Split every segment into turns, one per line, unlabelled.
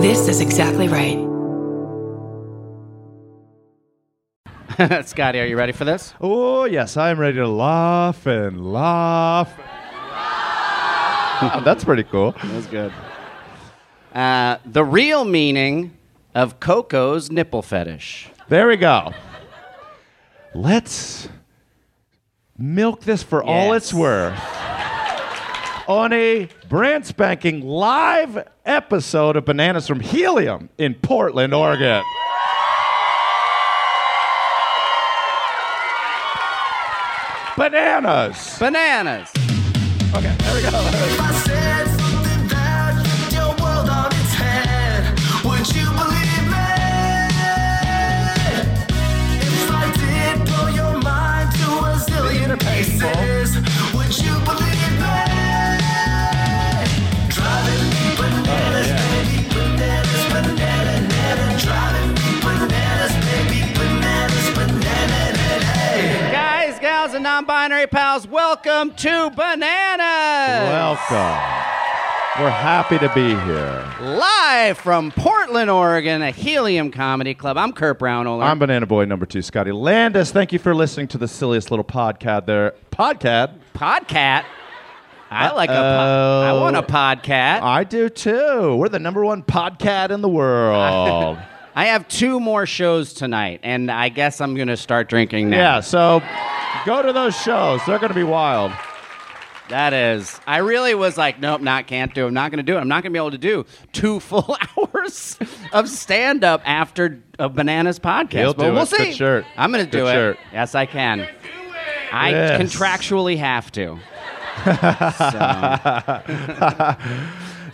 This is exactly right.
Scotty, are you ready for this?
Oh, yes, I'm ready to laugh and laugh. That's pretty cool.
That's good. Uh, the real meaning of Coco's nipple fetish.
There we go. Let's milk this for all
Yes.
it's worth. On a brand spanking live episode of Bananas from Helium in Portland, Oregon. Bananas.
Bananas.
Okay, there we go.
I said something that flipped your world on its head. Would you believe me? If I did blow your mind to a zillion pieces, would you believe me? Driving me bananas, baby, bananas, banana, banana. Driving me bananas, baby, bananas, banana, banana.
Guys, gals, and non binary pals, welcome to Bananas!
Welcome. We're happy to be here.
Live from Portland, Oregon, a Helium Comedy Club. I'm Kurt Brownoler.
I'm Banana Boy number two, Scotty Landis. Thank you for listening to the silliest little podcast there. Podcast?
Podcat. I like a pod. I
Uh-oh.
want a podcat.
I do too. We're the number one podcast in the world.
I have two more shows tonight, and I guess I'm going to start drinking now.
yeah, so go to those shows. They're going to be wild.
That is. I really was like, nope, not can't do. it. I'm not going to do it. I'm not going to be able to do two full hours of stand up after a bananas podcast.
He'll
but
do
we'll
it.
see.
Good shirt.
I'm going to
Good
do
shirt.
it. Yes, I can. I
Yes.
contractually have to.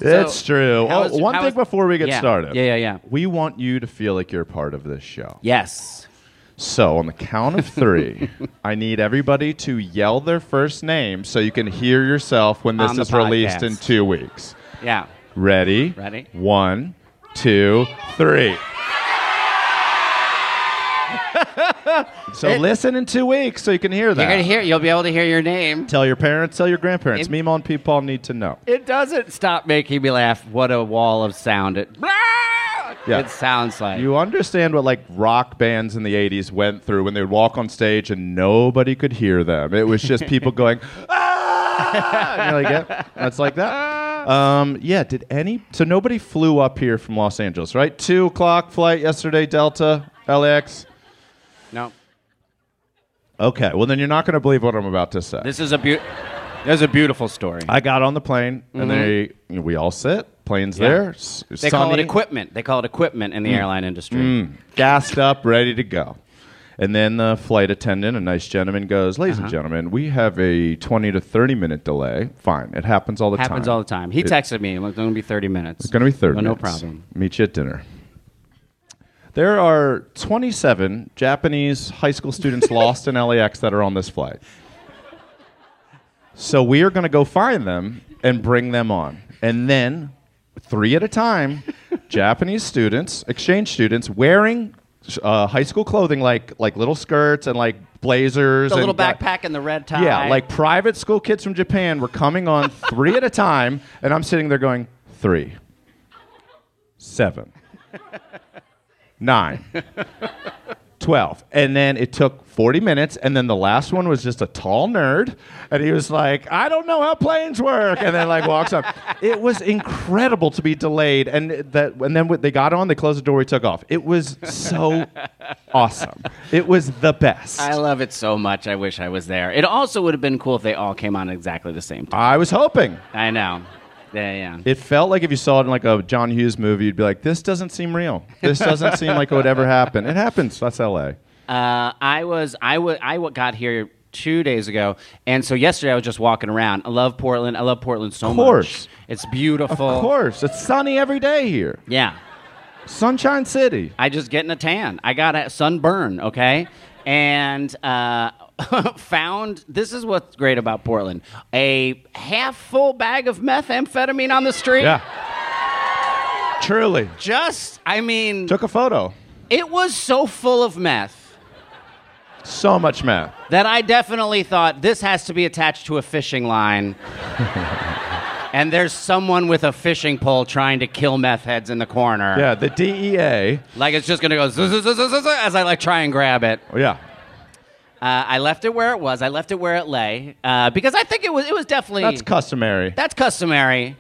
it's true.
how
Oh,
is-
one
how
thing
is-
before we get
Yeah.
started.
Yeah, yeah, yeah.
We want you to feel like you're part of this show.
Yes.
So, on the count of three, I need everybody to yell their first name so you can hear yourself when this
On the
is released in
podcast.
two weeks.
Yeah.
Ready?
Ready.
One, two, three. so listen in two weeks so you can hear that.
You're going to hear You'll be able to hear your name.
Tell your parents, tell your grandparents.
It-
Mimo and people need to know.
It doesn't stop making me laugh. What a wall of sound. It,
Yeah.
it sounds like.
You understand what like rock bands in the 80s went through when they would walk on stage and nobody could hear them. It was just people going, ah! And you're like, yeah, that's like that. Um, yeah, did any? So nobody flew up here from Los Angeles, right? Two o'clock flight yesterday, Delta, LAX.
no.
Okay, well then you're not going to believe what I'm about to say.
This is a beautiful. There's a beautiful story.
I got on the plane, and they you know, we all sit. Plane's
Mm-hmm. Yeah.
there. s-
They call it
sunny,
equipment. They call it equipment in the
Mm.
airline industry.
gassed up, ready to go. And then the flight attendant, a nice gentleman, goes, "Ladies
Uh-huh.
and gentlemen, we have a 20 to 30 minute delay. Fine, it happens all the time.
Happens all the time. He
It-
texted me. It's going to be 30 minutes.
It's going to be 30
No, no
minutes.
problem.
Meet you at dinner." There are 27 Japanese high school students lost in LAX that are on this flight. So we are going to go find them and bring them on. And then, three at a time, Japanese students, exchange students, wearing uh, high school clothing like like little skirts and like blazers.
The
and
little
got-
backpack and the red tie.
yeah, like private school kids from Japan were coming on three at a time, and I'm sitting there going, three, seven, nine, 12. And then it took 40 minutes, and then the last one was just a tall nerd, and he was like, I don't know how planes work, and then like walks up. It was incredible to be delayed, and that and then when they got on, they closed the door, we took off. It was so awesome. It was the best.
I love it so much. I wish I was there. It also would have been cool if they all came on at exactly the same time.
I was hoping.
I know. Yeah, yeah.
It felt like if you saw it in like a John Hughes movie, you'd be like, "This doesn't seem real. This doesn't seem like it would ever happen." It happens. That's L.A.
Uh, I was I wa- I wa- got here two days ago, and so yesterday I was just walking around. I love Portland. I love Portland so
Of course.
much. It's beautiful.
Of course, it's sunny every day here.
Yeah.
Sunshine City.
I just get in a tan. I got a sunburn, okay? And uh, found this is what's great about Portland a half full bag of methamphetamine on the street.
Yeah. Truly.
Just, I mean,
Took a photo.
it was so full of meth
So much math.
that I definitely thought this has to be attached to a fishing line. and there's someone with a fishing pole trying to kill meth heads in the corner.
Yeah, the E DEA.
Like it's just gonna go zzz, zzz, zzz, zzz, zzz, as I like try and grab it.
Oh, Yeah.
Uh, I left it where it was. I left it where it lay uh, because I think it was it was definitely
That's customary.
that's customary.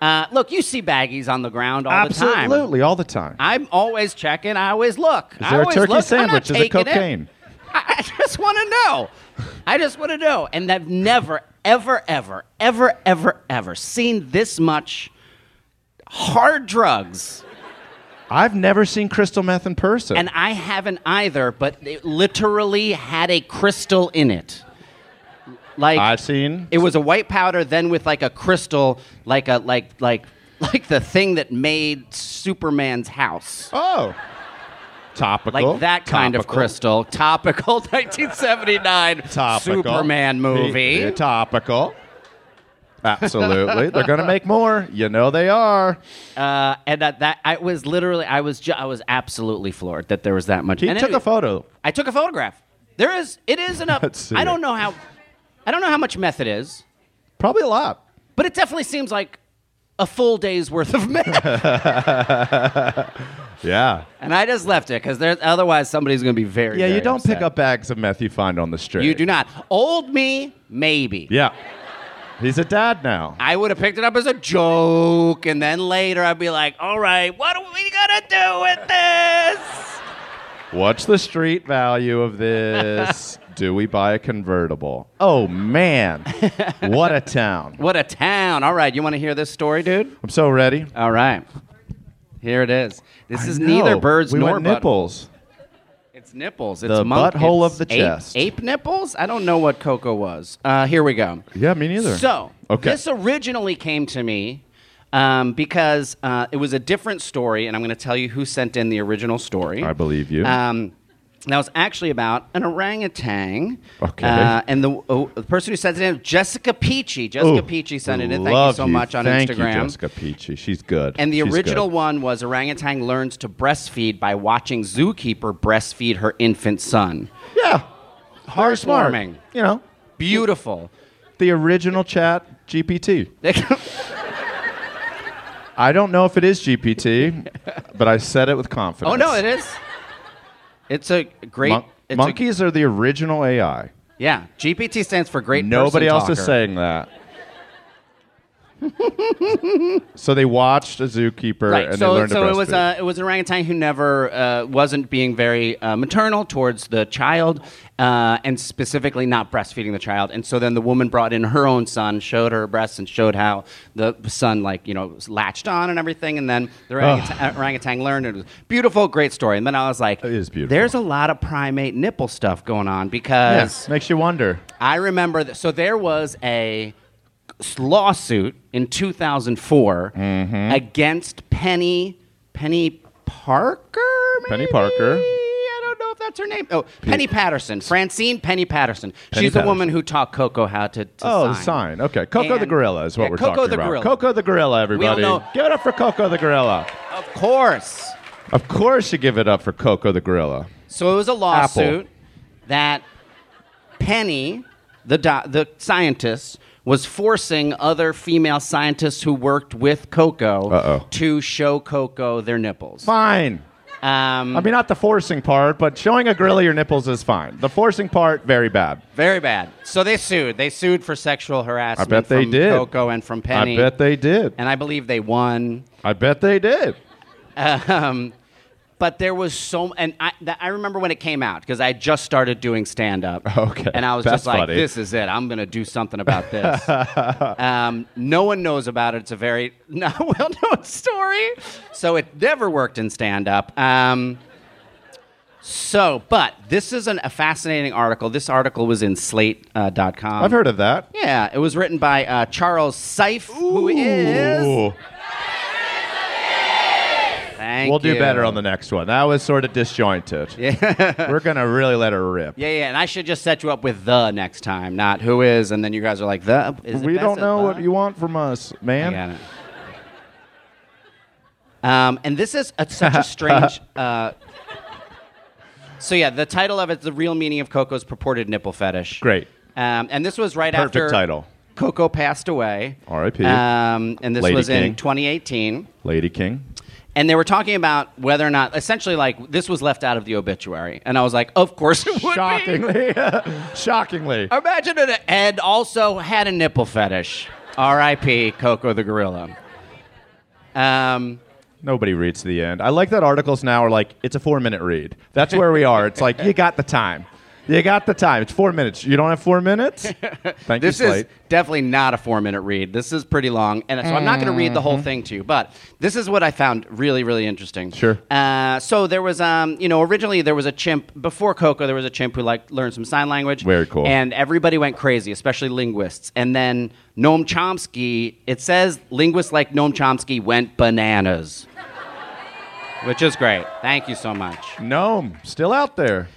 Uh, look, you see baggies on the ground all the time.
Absolutely, all the time.
I'm always checking. I always look.
Is there
I
a
always
turkey
look. I'm
sandwich?
not
Is it
taking
cocaine?
I, I just want to know. I just want to know. And I've never, ever, ever, ever, ever, ever seen this much hard drugs.
I've never seen crystal meth in person.
And I haven't either, but it literally had a crystal in it. Like
I've seen.
It was a white powder, then with like a crystal, like a like like like the thing that made Superman's house.
oh.
Like
Topical.
that kind of
Topical.
crystal. Topical 1979
Topical.
Superman movie.
Yeah, topical. Absolutely. They're going to make more. You know they are.
Uh, and that, that I was literally I was ju- I was absolutely floored that there was that much.
He
and
took
anyway,
a photo.
I took a photograph. There is it is enough.
Let's see
I
it.
don't know how I don't know how much meth it is,
Probably a lot.
but it definitely seems like a full day's worth of meth.
Yeah.
and I just left it because there's otherwise somebody's going to be very
Yeah, you
very
don't
upset.
pick up bags of meth you find on the street.
You do not. Old me, maybe.
Yeah. He's a dad now.
I would have picked it up as a joke, and then later I'd be like, all right, what are we gonna do with this?
What's the street value of this? do we buy a convertible? Oh, man. what a town.
What a town. All right, you wanna hear this story, dude?
I'm so ready.
All right. Here it is. This
I
is
know.
neither birds
we
nor
went
butt-
nipples.
It's nipples. It's
The
monk-
butthole
it's
of the
ape-
chest.
Ape nipples? I don't know what cocoa was. Uh, here we go.
Yeah, me neither.
So
okay.
this originally came to me um, because uh, it was a different story, and I'm going to tell you who sent in the original story.
I believe you.
Um, that was actually about an orangutan.
Okay.
Uh, and the, oh, the person who sent it in, Jessica Peachy. Jessica
Ooh,
Peachy sent it in. Thank you
love
so much on
Thank
Instagram.
you, Jessica Peachy. She's good.
And the
She's
original
good.
one was orangutan learns to breastfeed by watching zookeeper breastfeed her infant son.
Yeah. Hard smart.
Heartwarming.
You know,
Beautiful.
the original chat GPT. I don't know if it is GPT, but I said it with confidence.
oh no, it is. It's a great.
Mon-
it's a-
monkeys are the original AI.
yeah, GPT stands for great.
Nobody
person
else is
talker.
saying that. so they watched a zookeeper
Right.
and they
so
learned
so
to
it was
breastfeed.
uh, it was an orangutan who never uh, wasn't being very uh, maternal towards the child, uh, and specifically not breastfeeding the child. And so then the woman brought in her own son, showed her breasts, and showed how the son like you know was latched on and everything. And then the orangutan, orangutan learned. It was beautiful, great story. And then I was like,
It is beautiful.
There's a lot of primate nipple stuff going on
Yeah,
because
makes you wonder.
I remember that. So there was a lawsuit in 2004
Mm-hmm.
against Penny Penny Parker.
Penny
maybe?
Parker.
I don't know if that's her name. Oh, Penny Patterson, Francine Penny Patterson.
Penny
She's the woman
Patterson.
who taught Coco how to, to
Oh,
sign.
the sign. Okay. Coco the
And-
Gorilla is what
Yeah,
we're
Coco
talking
the
about.
Gorilla.
Coco the Gorilla, everybody.
know-
Give it up for Coco the Gorilla.
Of course.
Of course you give it up for Coco the Gorilla.
So it was a lawsuit that Penny, the do- the scientist, was forcing other female scientists who worked with Coco
Uh-oh.
to show Coco their nipples.
Fine.
Um,
I mean, not the forcing part, but showing a gorilla your nipples is fine. The forcing part, very bad.
very bad. So they sued. They sued for sexual harassment.
bet they
from
did.
Coco and from Penny.
I bet they did.
and I believe they won.
I bet they did.
Um, but there was so, and I, that, I remember when it came out because I just started doing stand up.
Okay,
And I was
that's
just like,
funny.
this is it. I'm going to do something about this. um, no one knows about it. It's a very not well known story. So it never worked in stand up. Um, so, but this is an, a fascinating article. This article was in slate.com. Uh, dot com.
I've heard of that.
Yeah, it was written by uh, Charles Seif, who is.
Ooh.
Thank
We'll do
you.
better on the next one. That was sort of disjointed. Yeah. We're going to really let her rip.
Yeah, yeah, and I should just set you up with the next time, not who is, and then you guys are like the. Is it
we
best
don't
at
know
the?
what you want from us,
I
man.
got it. Um, and this is a, such a strange. Uh, so yeah, the title of it, the real meaning of Coco's purported nipple fetish.
Great.
Um, and this was right
Perfect
after
title.
Coco passed away.
R.I.P..
Um, and this
Lady
was in
King.
2018.
Lady King.
And they were talking about whether or not, essentially, like this was left out of the obituary, and I was like, "Of course it would be."
Shockingly. Shockingly.
Imagine that Ed also had a nipple fetish. R.I.P. Coco the gorilla. Um,
Nobody reads to the end. I like that articles now are like, it's a four minute read. That's where we are. It's like, you got the time. You got the time. It's four minutes. You don't have four minutes? Thank
This
you,
is
Slate.
definitely not a four minute read. This is pretty long. And so I'm not going to read the whole
Mm-hmm.
thing to you, but this is what I found really, really interesting.
Sure.
Uh, so there was, um, you know, originally there was a chimp, before Coco, there was a chimp who like learned some sign language.
Very cool.
And everybody went crazy, especially linguists. And then Noam Chomsky, it says linguists like Noam Chomsky went bananas, which is great. Thank you so much.
Gnome, still out there.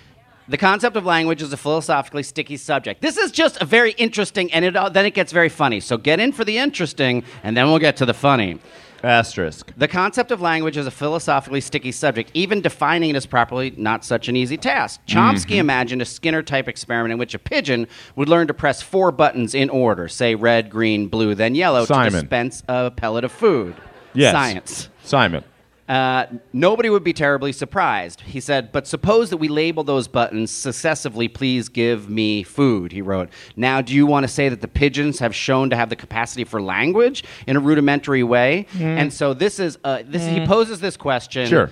The concept of language is a philosophically sticky subject. This is just a very interesting, and it, uh, then it gets very funny. So get in for the interesting, and then we'll get to the funny.
Asterisk.
The concept of language is a philosophically sticky subject. Even defining it is properly not such an easy task. Chomsky
Mm-hmm.
imagined a Skinner type experiment in which a pigeon would learn to press four buttons in order, say red, green, blue, then yellow,
Simon.
to dispense a pellet of food.
Yes.
Science.
Simon.
Uh, nobody would be terribly surprised. He said, but suppose that we label those buttons successively, please give me food, he wrote. Now, do you want to say that the pigeons have shown to have the capacity for language in a rudimentary way? And so this is, uh, this, he poses this question,
Mm-hmm. Sure.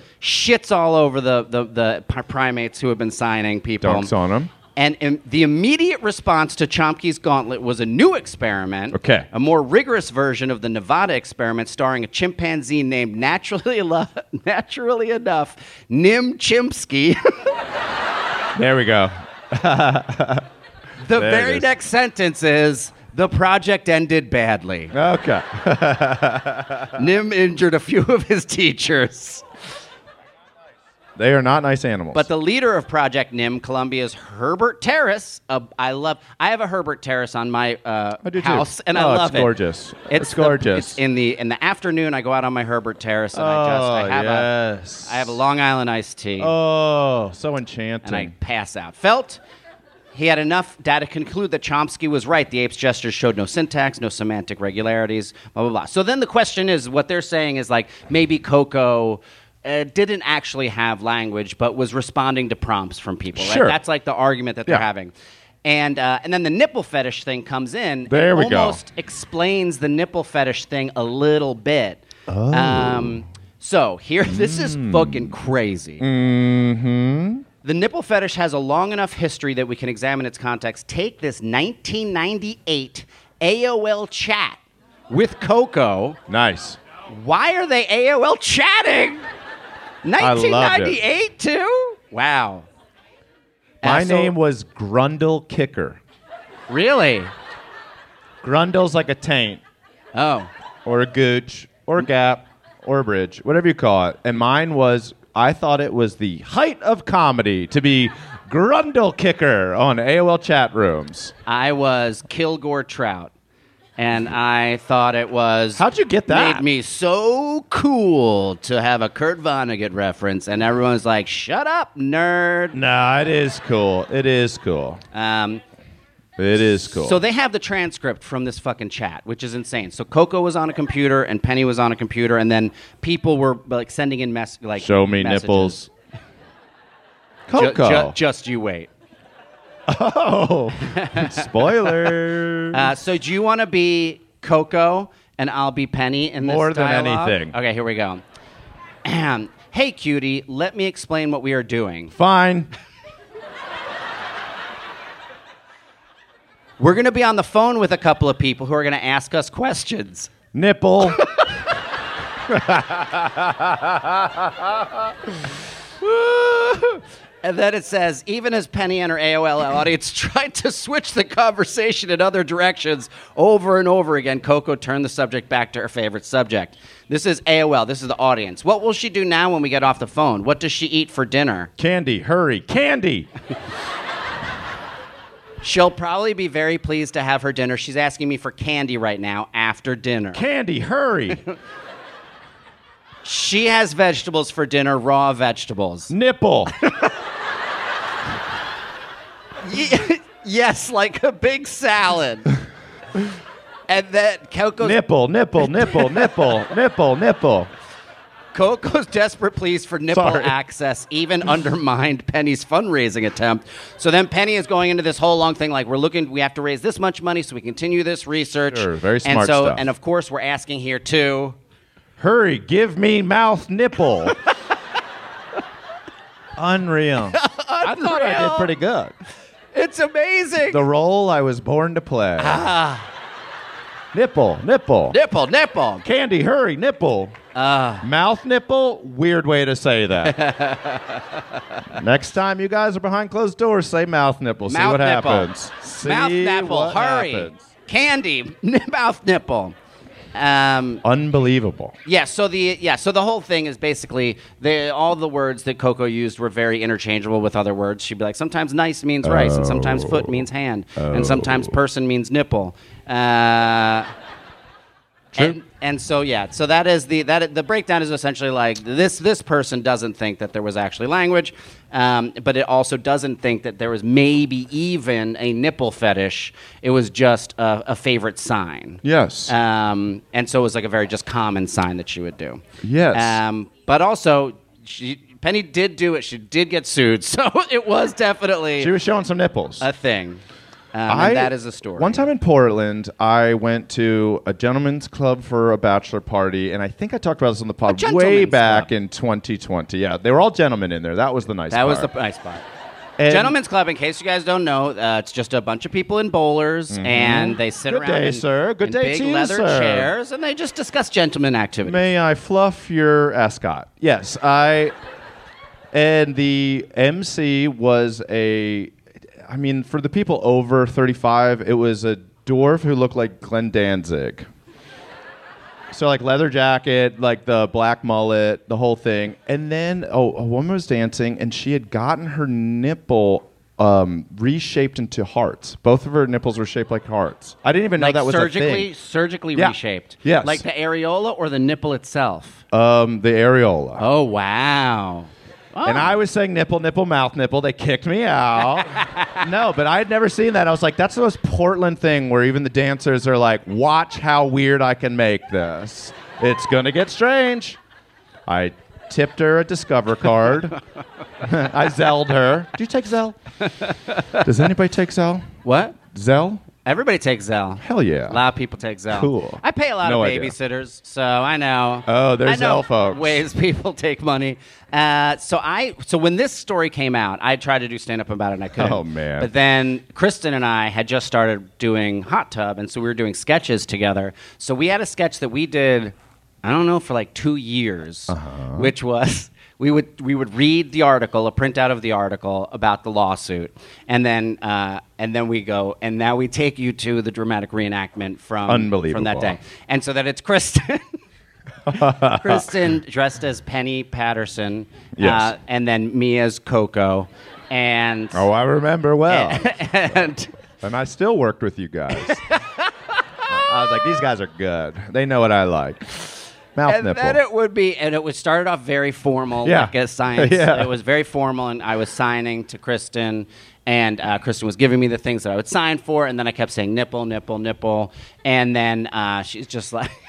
shits all over the, the, the pri- primates who have been signing people.
Dunks on 'em.
And, and the immediate response to Chomsky's gauntlet was a new experiment.
Okay.
A more rigorous version of the Nevada experiment starring a chimpanzee named naturally, lo- naturally enough Nim Chimpsky.
There we go.
the
it
very
is.
next sentence is the project ended badly.
Okay.
Nim injured a few of his teachers.
They are not nice animals.
But the leader of Project Nim, Columbia's Herbert Terrace. Uh, I love. I have a Herbert Terrace on my uh,
I do too.
house, and I
Oh, it's
love it.
gorgeous. It's
the-
gorgeous.
it's in the in the afternoon, I go out on my Herbert Terrace, and I just
oh,
I have
yes.
a I have a Long Island iced tea,
Oh, so enchanting.
and I pass out. Felt. He had enough data to conclude that Chomsky was right. The ape's gestures showed no syntax, no semantic regularities, blah, blah, blah. So then the question is what they're saying is like maybe Coco uh, didn't actually have language, but was responding to prompts from people. right?
Sure.
That's like the argument that they're
Yeah.
having. And, uh, and then the nipple fetish thing comes in. and
There we go.
Almost explains the nipple fetish thing a little bit. Oh. Um, so here, this is
Mm.
fucking crazy.
Mm-hmm.
The nipple fetish has a long enough history that we can examine its context. Take this 1998 AOL chat with Coco.
nice.
Why are they AOL chatting?
loved it.
1998 too? Wow.
My
Uh, so-
name was Grundle Kicker.
Really?
Grundle's like a taint.
Oh.
or a gooch or a gap or a bridge, whatever you call it. And mine was I thought it was the height of comedy to be grundle kicker on AOL chat rooms.
I was Kilgore Trout. And I thought it was.
How'd you get that?
Made me so cool to have a Kurt Vonnegut reference, and everyone's like, "Shut up, nerd."
No, it is cool. It is cool.
Um,
It is cool.
So they have the transcript from this fucking chat, which is insane. So Coco was on a computer and Penny was on a computer, and then people were like sending in mess like
show me
messages.
nipples.
Ju-
Coco.
ju- just you wait.
oh, spoiler.
Uh, so do you want to be Coco and I'll be Penny in this
More than
dialogue?
anything.
Okay, here we go. Ahem. hey, cutie, let me explain what we are doing.
Fine.
We're going to be on the phone with a couple of people who are going to ask us questions.
Nipple.
And then it says, even as Penny and her AOL audience tried to switch the conversation in other directions over and over again, Coco turned the subject back to her favorite subject. This is AOL. This is the audience. What will she do now when we get off the phone? What does she eat for dinner?
Candy. Hurry. Candy.
She'll probably be very pleased to have her dinner. She's asking me for candy right now after dinner.
Candy. Hurry.
She has vegetables for dinner, raw vegetables.
Nipple.
Ye- yes, like a big salad. and then Coco's
Nipple, nipple, nipple, nipple, nipple, nipple.
Coco's desperate pleas for nipple
Sorry.
access even undermined Penny's fundraising attempt. So then Penny is going into this whole long thing like we're looking, we have to raise this much money so we continue this research.
Sure, very
And
smart
so,
stuff.
and of course, we're asking here too.
Hurry, give me mouth nipple.
Unreal.
I thought I did pretty good.
It's amazing. Ah.
the role I was born to play.
Nipple, nipple.
nipple, nipple.
Candy, hurry, nipple.
Ah.
Mouth nipple, weird way to say that. Next time you guys are behind closed doors, say mouth nipple. See
mouth
what
nipple.
happens. See
mouth nipple.
what
Hurry.
happens.
Candy. mouth nipple. Um,
Unbelievable.
Yeah, so the yeah, so the whole thing is basically the all the words that Coco used were very interchangeable with other words. She'd be like, sometimes nice means rice, and sometimes foot means hand, and sometimes person means nipple. Uh, And, and so yeah, so that is the that the breakdown is essentially like this this person doesn't think that there was actually language, um, but it also doesn't think that there was maybe even a nipple fetish. It was just a, a favorite sign.
Yes.
Um, and so it was like a very just common sign that she would do.
Yes.
Um, but also, she, Penny did do it. She did get sued. So it was definitely
she was showing some nipples.
a thing. Um, and that is a story.
One time in Portland, I went to a gentleman's club for a bachelor party, and I think I talked about this on the pod
A
way
gentleman's
back
club.
in 2020. Yeah, they were all gentlemen in there. That was the nice.
That was the
part.
nice spot.
And-
Gentlemen's Club, in case you guys don't know, uh, it's just a bunch of people in bowlers, and they sit
Mm-hmm. Good
around
day,
in,
sir. Good
in
day
big
to you,
leather
sir.
chairs, and they just discuss gentleman activities.
May I fluff your ascot? Yes, I. And the MC was a. I mean, for the people over 35, it was a dwarf who looked like Glenn Danzig. So like leather jacket, like the black mullet, the whole thing. And then oh, a woman was dancing, and she had gotten her nipple. Um, reshaped into hearts. Both of her nipples were shaped like hearts. I didn't even know
like
that was a
surgically,
thing.
surgically
Yeah.
reshaped.
Yes.
Like the areola or the nipple itself.
Um, the areola.
oh wow.
And I was saying nipple, nipple, mouth, nipple. They kicked me out. no, but I had never seen that. I was like, that's the most Portland thing where even the dancers are like, watch how weird I can make this. It's going to get strange. I tipped her a Discover card. I Zelled her. Do you take Zell? Does anybody take Zell?
What?
Zell?
Everybody takes Zell.
Hell yeah.
A lot of people take Zell.
Cool.
I pay a lot
No
of
idea.
babysitters, so I know.
Oh, there's
I know
Zelle folks.
Ways people take money. Uh, so I, so when this story came out, I tried to do stand up about it, and I couldn't.
Oh, man.
But then Kristen and I had just started doing hot tub, and so we were doing sketches together. So we had a sketch that we did, I don't know, for like two years,
Uh-huh.
which was. We would, we would read the article, a printout of the article about the lawsuit, and then, uh, and then we go, and now we take you to the dramatic reenactment from, from that
Unbelievable.
day. And so that it's Kristen. Kristen dressed as Penny Patterson, uh,
Yes.
and then me as Coco, and
Oh, I remember well.
and
and I still worked with you guys. I was like, these guys are good. They know what I like. Mouth
and
nipple.
then it would be and it would started off very formal
Yeah.
like a science
Yeah.
it was very formal and i was signing to kristen and uh, kristen was giving me the things that i would sign for and then i kept saying nipple nipple nipple and then uh, she's just like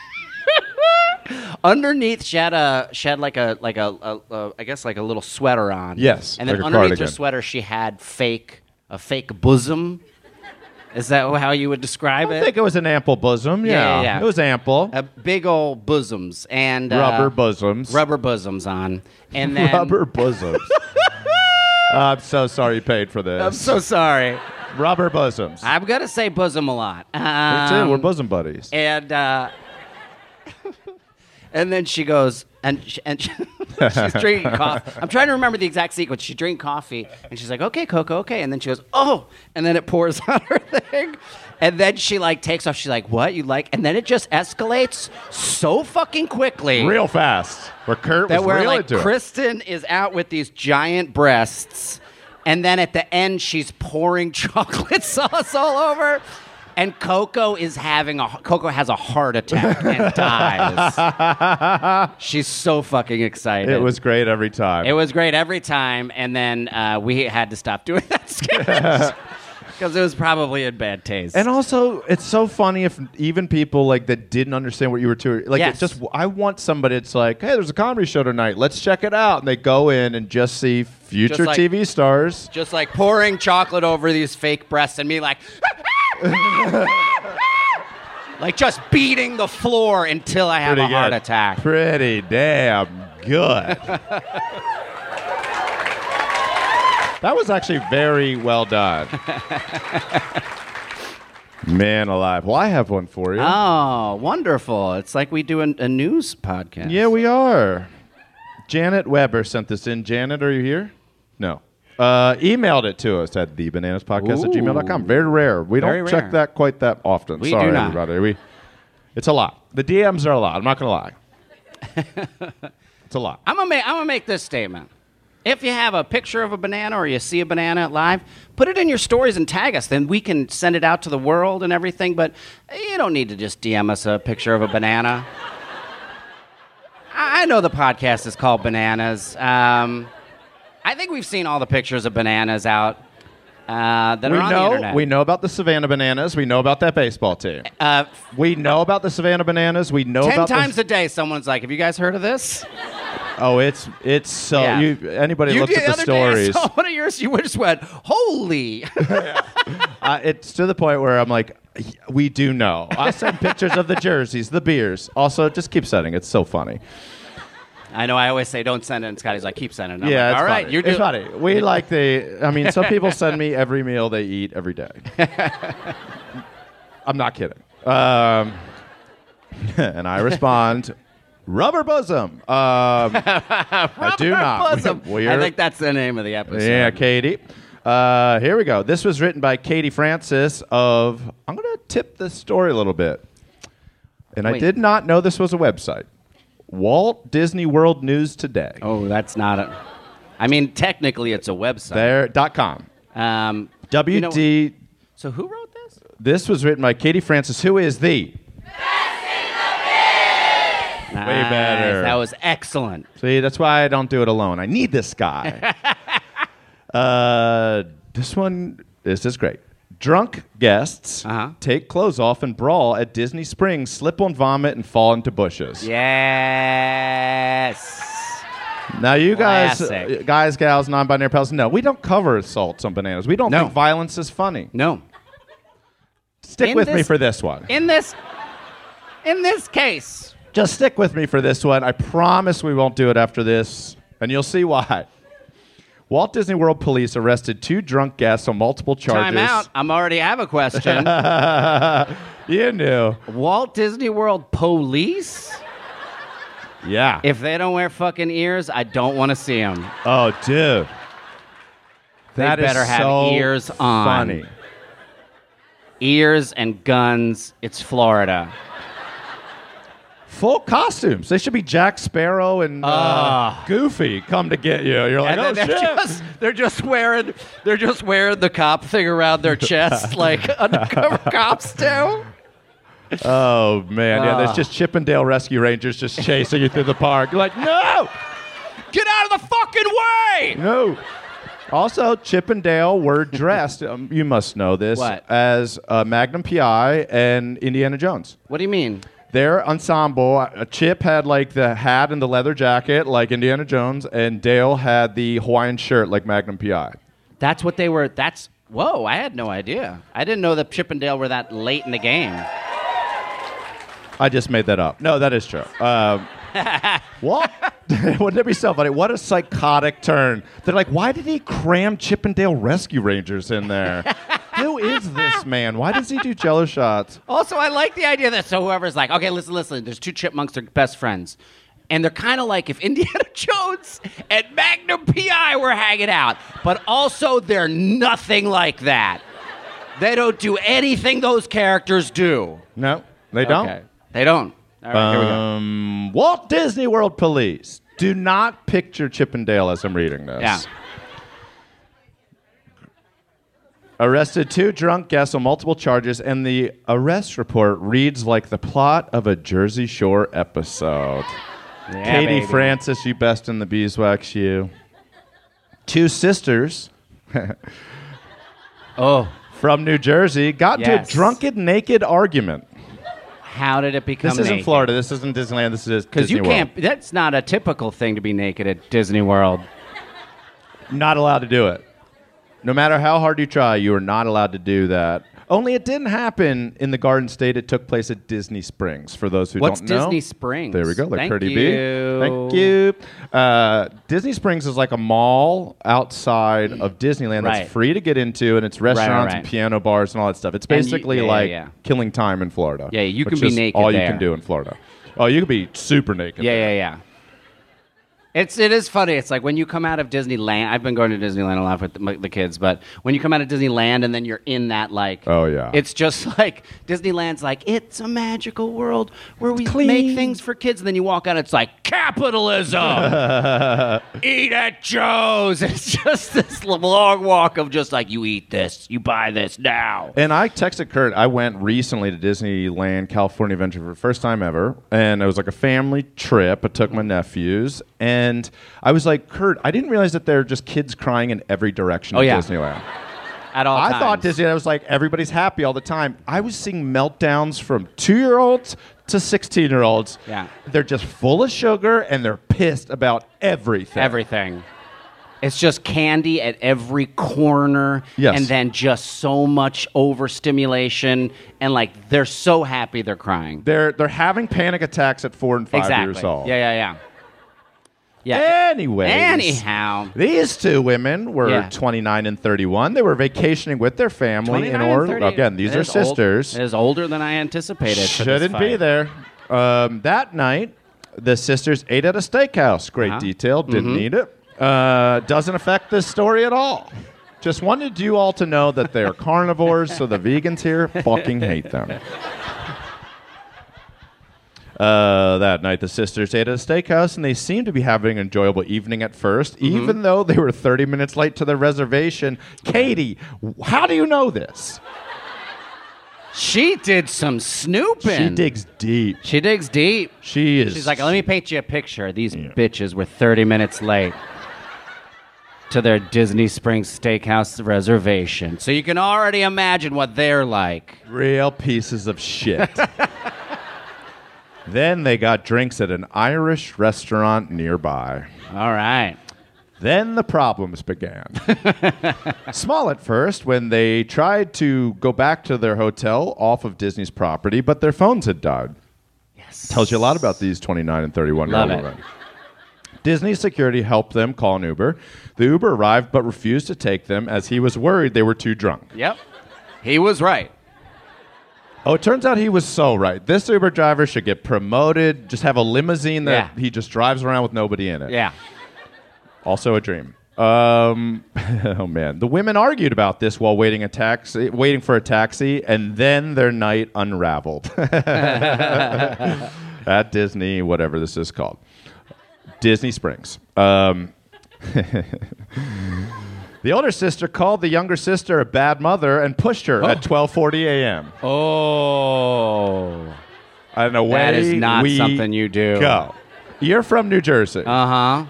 underneath she had a she had like a like a, a, a i guess like a little sweater on
Yes,
and then
like a
underneath her
cardigan.
sweater she had fake a fake bosom is that how you would describe
I
it
think it was an ample bosom. Yeah,
Yeah, yeah, yeah.
it was ample.
uh, big old bosoms and uh,
rubber bosoms.
rubber bosoms on, and then
Rubber bosoms. I'm so sorry you paid for this.
I'm so sorry.
rubber bosoms.
I'm gonna say bosom a lot.
Me too. We're
Um,
bosom buddies.
And uh, and then she goes and sh and sh she's drinking coffee. I'm trying to remember the exact sequence. She drank coffee and she's like, "Okay, Coco, okay." And then she goes, "Oh," and then it pours on her thing. And then she like takes off. She's like, "What you like?" And then it just escalates so fucking quickly.
real fast. Where Kurt
that
was
where
real
like
into it.
Kristen is out with these giant breasts, and then at the end she's pouring chocolate sauce all over, and Coco is having a Coco has a heart attack and dies. she's so fucking excited.
It was great every time.
It was great every time, and then uh, we had to stop doing that sketch.
because it was probably in bad taste.
And also, it's so funny if even people like that didn't understand what you were doing. Like,
Yes.
it just I want somebody. that's like, hey, there's a comedy show tonight. Let's check it out. And they go in and just see future
Just like-
TV stars.
Just like pouring chocolate over these fake breasts and me like like just beating the floor until I have a heart
good.
attack.
Pretty damn good. that was actually very well done. Man alive. Well, I have one for you.
Oh, wonderful. It's like we do an, a news podcast.
Yeah, we are. Janet Weber sent this in. Janet, are you here? No. Uh, emailed it to us at thebananaspodcast at gmail.com. Very rare. We
Very
don't check
rare.
that quite that often.
We
Sorry,
do not.
everybody. We, it's a lot. The DMs are a lot. I'm not going to lie. it's a lot.
I'm gonna make, I'm gonna make this statement. If you have a picture of a banana or you see a banana live, put it in your stories and tag us. Then we can send it out to the world and everything. But you don't need to just DM us a picture of a banana. I I know the podcast is called Bananas. Um, I think we've seen all the pictures of bananas out uh, that
we
are on the
know
internet.
we know about the Savannah Bananas. We know about that baseball team.
Uh,
we know about the Savannah Bananas. We know
ten
about
times
The,
a day, someone's like, "Have you guys heard of this?"
oh, it's it's so
Yeah.
you anybody
you
looks
did-
at the
other day I
stories.
saw one of yours. You just went, "Holy!"
I, it's to the point where I'm like, we do know. I send pictures of the jerseys, the beers. Also, just keep sending. It's so funny.
I know. I always say, "Don't send it." And Scotty's like, "Keep sending." it." I'm
yeah,
like,
it's
all right,
funny.
you're
it's
doing-
funny. We like the. I mean, some people send me every meal they eat every day. I'm not kidding. Um, and I respond, rubber bosom. Um, I do not.
Bosom. I
We're-
think that's the name of the episode.
Ah, Yeah, Katie. Uh, here we go. This was written by Katie Francis of. I'm going to tip this story a little bit. And I
Wait.
did not know this was a website. Walt Disney World News Today.
Oh, that's not a. I mean, technically, it's a website.
There, dot com.
Um,
WD.
you know- so who wrote this?
this was written by Katie Francis, who is the.
Nice,
better.
That was excellent.
See, that's why I don't do it alone. I need this guy. uh, this one, this is great. Drunk guests
Uh-huh.
take clothes off and brawl at Disney Springs, slip on vomit, and fall into bushes.
Yes.
Now, you guys,
Classic.
uh, guys, gals, non-binary pals, no, we don't cover assaults on bananas. We don't
No.
think violence is funny.
No.
Stick
In
with me
this-
for this one.
In this, in this case,
Just stick with me for this one. I promise we won't do it after this, and you'll see why. Walt Disney World police arrested two drunk guests on multiple charges.
time out. I'm already have a question.
You knew.
Walt Disney World police.
Yeah.
If they don't wear fucking ears, I don't want to see them.
oh, dude. That is
better have
so
ears on.
Funny.
Ears and guns. It's Florida.
Full costumes. They should be Jack Sparrow and uh, Goofy come to get you. You're like,
Ah. And
oh
then
shit.
they're just they're just wearing they're just wearing the cop thing around their chest like undercover cops do.
Oh man, yeah. There's just Chippendale Rescue Rangers just chasing you through the park. You're like, no,
Get out of the fucking way!
no. Also, Chippendale were dressed. um, you must know this
What?
as uh, Magnum PI and Indiana Jones.
What do you mean?
Their ensemble, uh, Chip had like the hat and the leather jacket, like Indiana Jones, and Dale had the Hawaiian shirt, like Magnum PI.
That's what they were. That's whoa! I had no idea. I didn't know that Chippendale were that late in the game.
I just made that up. No, that is true. Um, what? Wouldn't it be so funny? What a psychotic turn. They're like, why did he cram Chippendale Rescue Rangers in there? Who is this man? Why does he do jello shots?
Also, I like the idea that so whoever's like, okay, listen, listen. There's two chipmunks. They're best friends. And they're kind of like if Indiana Jones and Magnum PI were hanging out, but also they're nothing like that. They don't do anything those characters do.
No, they don't.
They don't. All right, here we go.
Um, Walt Disney World Police. Do not picture Chippendale as I'm reading this.
Yeah.
Arrested two drunk guests on multiple charges, and the arrest report reads like the plot of a Jersey Shore episode. Katie
baby.
Francis, you best in the beeswax, you. Two sisters
Oh,
from New Jersey got
Yes.
into a drunken naked argument.
How did it become?
This isn't
naked?
Florida. This isn't Disneyland. This is
Because
Disney
you
World.
can't. That's not a typical thing to be naked at Disney World.
Not allowed to do it. No matter how hard you try, you are not allowed to do that. Only it didn't happen in the Garden State. It took place at Disney Springs. For those who
What's
don't know,
Disney Springs?
There we go. Like
Thank
Pretty
you.
B. Thank you. Uh, Disney Springs is like a mall outside of Disneyland
Right.
that's free to get into, and it's restaurants
right.
and piano bars and all that stuff. It's
And you-
basically
yeah, yeah,
like
yeah.
killing time in Florida.
Yeah, you
which
can be
is
naked
All
there.
you can do in Florida. Oh, you can be super naked.
Yeah, yeah,
there.
yeah. It's it is funny. It's like when you come out of Disneyland. I've been going to Disneyland a lot with the, my- the kids, but when you come out of Disneyland and then you're in that like,
Oh, yeah.
it's just like Disneyland's like it's a magical world where we make things for kids, and then you walk out, it's like capitalism, eat at Joe's. It's just this long walk of just like you eat this, you buy this now.
And I texted Kurt. I went recently to Disneyland California Adventure for the first time ever, and it was like a family trip. I took my nephews, and I was like, Kurt, I didn't realize that there are just kids crying in every direction
Oh,
at
yeah.
Disneyland.
At all,
I
times.
thought Disneyland was like everybody's happy all the time. I was seeing meltdowns from two-year-olds to sixteen-year-olds.
Yeah.
they're just full of sugar and they're pissed about everything.
Everything. It's just candy at every corner,
Yes.
and then just so much overstimulation, and like they're so happy they're crying.
They're they're having panic attacks at four and five
exactly.
years old.
Yeah, yeah, yeah. Yeah.
Anyways.
Anyhow,
These two women were
Yeah.
29 and 31. They were vacationing with their family
29
in
and
Orlando.
30
Again, these
it
are
is old-
sisters.
it is older than I anticipated. for this
Shouldn't be
fight.
there. Um, that night, the sisters ate at a steakhouse. Great
Uh-huh.
detail. Didn't need it. Uh, doesn't affect this story at all. Just wanted you all to know that they are carnivores, so the vegans here fucking hate them. Uh, that night, the sisters ate at a steakhouse, and they seemed to be having an enjoyable evening at 1st
Mm-hmm.
even though they were 30 minutes late to their reservation. Katie, w- how do you know this?
She did some snooping.
She digs deep.
She digs deep.
She is.
She's like, let me paint you a picture. These bitches were 30 minutes late to their Disney Springs Steakhouse reservation. So you can already imagine what they're like.
Real pieces of shit. then they got drinks at an Irish restaurant nearby.
All right.
Then the problems began. Small at first when they tried to go back to their hotel off of Disney's property, but their phones had died. Yes. Tells you a lot about these 29 and 31 year old
Love it.
women. Disney security helped them call an Uber. The Uber arrived but refused to take them as he was worried they were too drunk.
Yep. He was right.
Oh, it turns out he was so right. This Uber driver should get promoted, just have a limousine that
Yeah.
he just drives around with nobody in it.
Yeah.
Also a dream. Um, oh man, the women argued about this while waiting a taxi, waiting for a taxi, and then their night unraveled at Disney, whatever this is called, Disney Springs. Um, the older sister called the younger sister a bad mother and pushed her at 12:40 a.m.
Oh.
And away
That is not
we
something you do.
Go. You're from New Jersey.
Uh huh.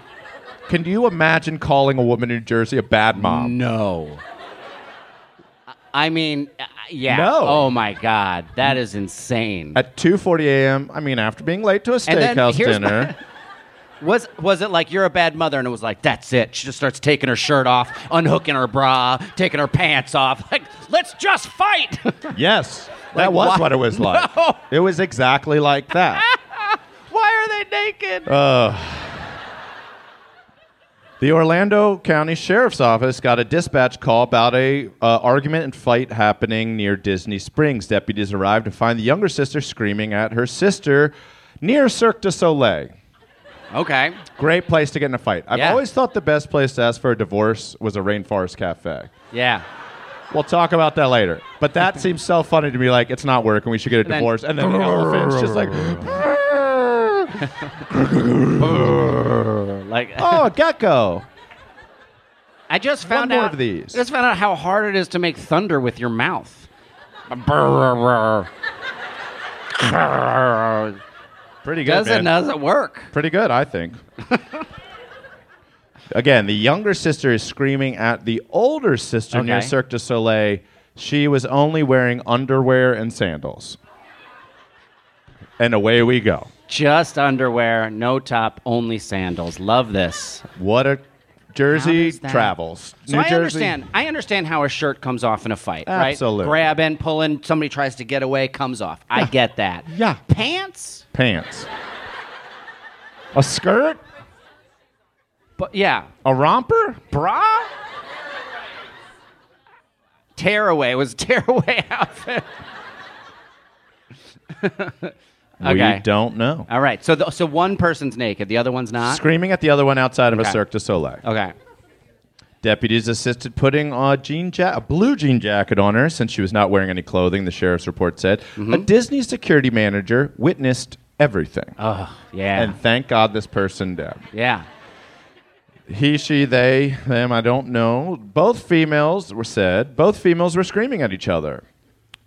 Can you imagine calling a woman in New Jersey a bad mom?
No. I mean, uh, yeah.
No.
Oh my God. That is insane.
At 2:40 a.m. I mean, after being late to a
And then
steakhouse
here's
dinner.
Was was it like you're a bad mother and it was like that's it? She just starts taking her shirt off, unhooking her bra, taking her pants off. Like let's just fight.
yes, that was
why-
what it was like.
No.
It was exactly like that.
Why are they naked?
Uh, The Orlando County Sheriff's Office got a dispatch call about a uh, argument and fight happening near Disney Springs. Deputies arrived to find the younger sister screaming at her sister near Cirque du Soleil.
okay.
Great place to get in a fight. I've
Yeah.
always thought the best place to ask for a divorce was a rainforest cafe.
Yeah.
We'll talk about that later. But that seems so funny to me. Like it's not working. We should get a
then-
divorce. And then the elephant's just like,
Like
oh, a gecko.
I just found
more
out
of these.
I just found out how hard it is to make thunder with your mouth. Brrrr.
Pretty good.
doesn't
man.
doesn't work.
Pretty good, I think. Again, the younger sister is screaming at the older sister near
Okay.
Cirque du Soleil. She was only wearing underwear and sandals. And away we go.
Just underwear, no top, only sandals. Love this.
What a
How
Jersey
does that-
travels.
So
New
I
Jersey.
understand. I understand how a shirt comes off in a fight, right?
Absolutely.
Grabbing, pulling, somebody tries to get away, comes off. I get that.
Yeah.
Pants?
Pants. A skirt?
But yeah.
A romper?
Bra? Tearaway was a tearaway outfit. Okay.
We don't know.
All right. So the, so one person's naked, the other one's not.
Screaming at the other one outside of
Okay.
a Cirque du Soleil.
Okay.
Deputies assisted putting a jean ja- a blue jean jacket on her since she was not wearing any clothing, the sheriff's report said.
Mm-hmm.
A Disney security manager witnessed everything.
Oh, yeah.
And thank God this person did.
yeah.
He, she, they, them, I don't know. Both females were said, both females were screaming at each other.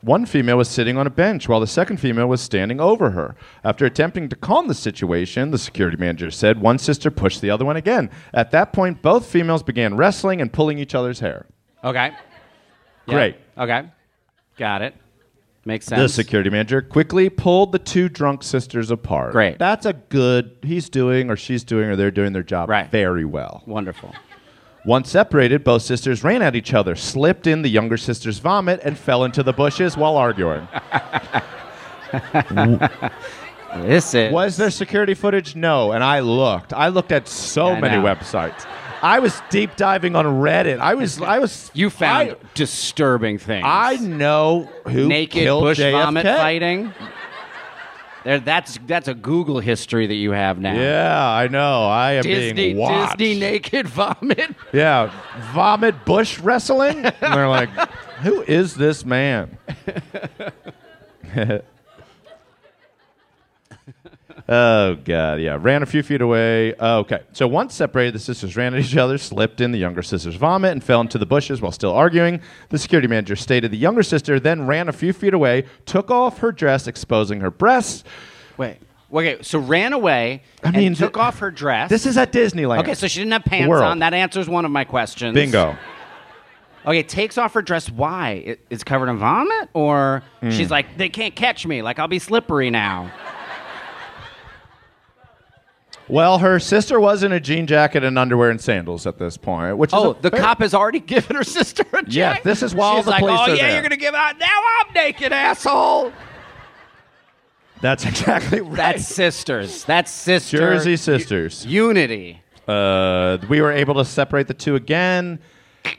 One female was sitting on a bench while the second female was standing over her. After attempting to calm the situation, the security manager said one sister pushed the other one again. At that point, both females began wrestling and pulling each other's hair.
Okay. Yeah.
Great.
Okay. Got it. Makes sense.
The security manager quickly pulled the two drunk sisters apart.
Great.
That's a good, he's doing or she's doing or they're doing their job
Right.
very well.
Wonderful.
Once separated, both sisters ran at each other, slipped in the younger sister's vomit, and fell into the bushes while arguing.
This is.
Was there security footage? No. And I looked. I looked at so
Yeah, I
many
know.
websites. I was deep diving on Reddit. I was. I was.
You found
I-
disturbing things.
I, know who
naked
killed
bush
JFK.
vomit fighting. There, that's that's a Google history that you have now.
Yeah, I know. I am
Disney
being watched.
Disney naked vomit.
Yeah, vomit bush wrestling. and they're like, who is this man? oh god, yeah. Ran a few feet away. Oh, Okay, so once separated, the sisters ran at each other, slipped in the younger sister's vomit, and fell into the bushes while still arguing. The security manager stated the younger sister then ran a few feet away, took off her dress, exposing her breasts.
Wait. Okay, so ran away
I mean,
and took
th-
off her dress.
This is at Disneyland.
okay, so she didn't have pants
World.
on. That answers one of my questions.
bingo.
Okay, takes off her dress. Why? It, it's covered in vomit, or
Hmm.
she's like, they can't catch me. Like I'll be slippery now.
Well, her sister was in a jean jacket and underwear and sandals at this point, which
Oh,
is a
the
fair-
cop has already given her sister a check.
Yeah, this is while
she's
the
like,
police
oh
are
yeah,
there."
you're gonna give out. Now I'm naked, asshole.
That's exactly right.
That's sisters. That's sister.
Jersey
u-
sisters.
unity.
Uh, we were able to separate the two again.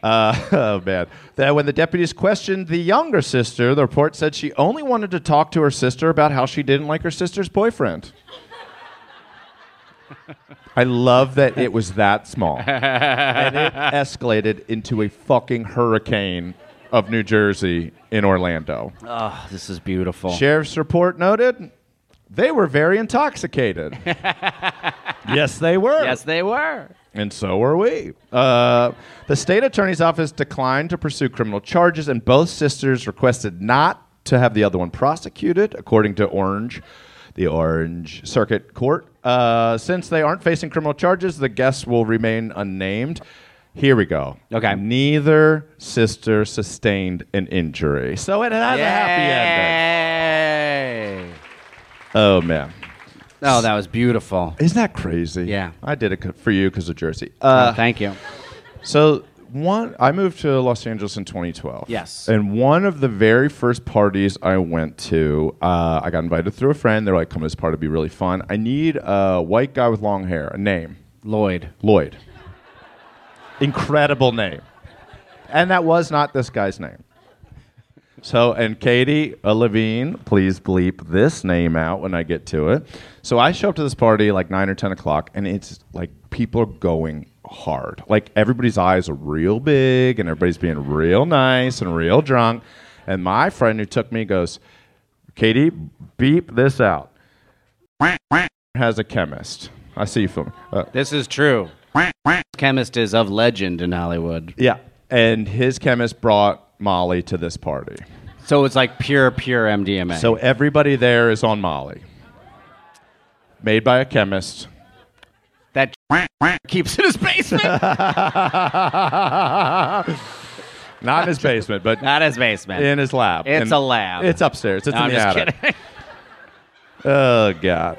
Uh, oh man! That when the deputies questioned the younger sister, the report said she only wanted to talk to her sister about how she didn't like her sister's boyfriend. I love that it was that small, and it escalated into a fucking hurricane of New Jersey in Orlando.
Oh, this is beautiful.
Sheriff's report noted they were very intoxicated. yes, they were.
Yes, they were.
And so were we. Uh, the state attorney's office declined to pursue criminal charges, and both sisters requested not to have the other one prosecuted, according to Orange, the Orange Circuit Court. Uh, since they aren't facing criminal charges, the guests will remain unnamed. Here we go.
Okay.
Neither sister sustained an injury. So it has a happy ending.
ending.
Oh, man.
Oh, that was beautiful.
Isn't that crazy?
Yeah.
I did it c- for you because of Jersey. Uh,
oh, thank you.
So one, I moved to Los Angeles in 2012.
Yes.
And one of the very first parties I went to, uh, I got invited through a friend. They're like, "Come to this party, it'd be really fun." I need a white guy with long hair, a name,
Lloyd.
Lloyd. Incredible name. And that was not this guy's name. So, and Katie uh, Levine, please bleep this name out when I get to it. So, I show up to this party like 9 or 10 o'clock, and it's like people are going hard. Like, everybody's eyes are real big, and everybody's being real nice and real drunk. And my friend who took me goes, Katie, beep this out. Has a chemist. I see you filming. Uh,
This is true. Chemist is of legend in Hollywood.
Yeah. And his chemist brought Molly to this party.
So it's like pure, pure MDMA.
So everybody there is on Molly. Made by a chemist.
that keeps in his basement.
Not in his basement, but
Not his basement.
in his lab.
It's
And
a lab.
It's upstairs. It's
No, I'm
in the
just
attic.
kidding.
Oh God.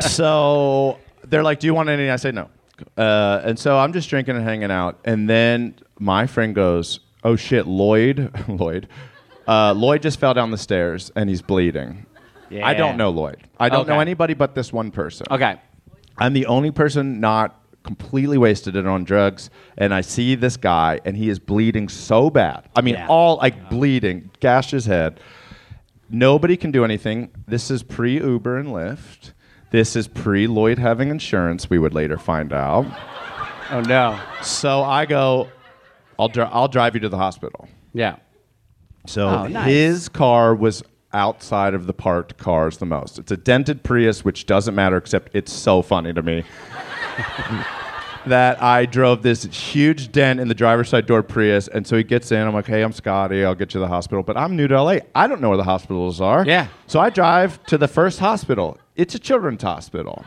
so they're like, "Do you want any?" I say no. Uh, and so I'm just drinking and hanging out, and then my friend goes, "Oh shit, Lloyd, Lloyd, uh, Lloyd just fell down the stairs and he's bleeding." I
Yeah.
don't know Lloyd. I don't know
Okay.
anybody but this one person.
Okay.
I'm the only person not completely wasted and on drugs, and I see this guy, and he is bleeding so bad. I mean,
Yeah.
all like bleeding, gashed his head. Nobody can do anything. This is pre Uber and Lyft. This is pre Lloyd having insurance. We would later find out.
Oh no.
So I go, I'll, dri- I'll drive you to the hospital.
Yeah.
So
Oh, nice.
his car was outside of the parked cars the most. It's a dented Prius, which doesn't matter, except it's so funny to me that I drove this huge dent in the driver's side door Prius. And so he gets in. I'm like, hey, I'm Scotty. I'll get you to the hospital. But I'm new to LA. I don't know where the hospitals are.
Yeah.
So I drive to the first hospital. It's a children's hospital.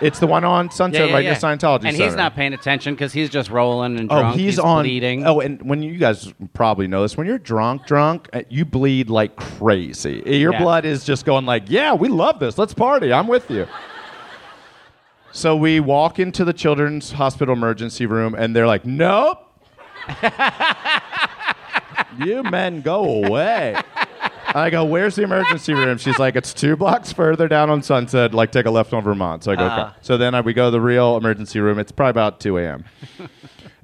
It's the one on Sunset right near Scientology
And
Center.
he's not paying attention because he's just rolling and
Oh,
drunk.
he's, on.
bleeding.
Oh, and when you guys probably know this, when you're drunk, drunk, uh, you bleed like crazy. Uh, Your
Yeah.
blood is just going like, yeah, we love this. Let's party. I'm with you. so we walk into the children's hospital emergency room, and they're like, nope. you men go away. I go, where's the emergency room? She's like, it's two blocks further down on Sunset. Like, take a left on Vermont. So I go,
Uh-huh.
okay. So then I, we go to the real emergency room. It's probably about 2 a.m.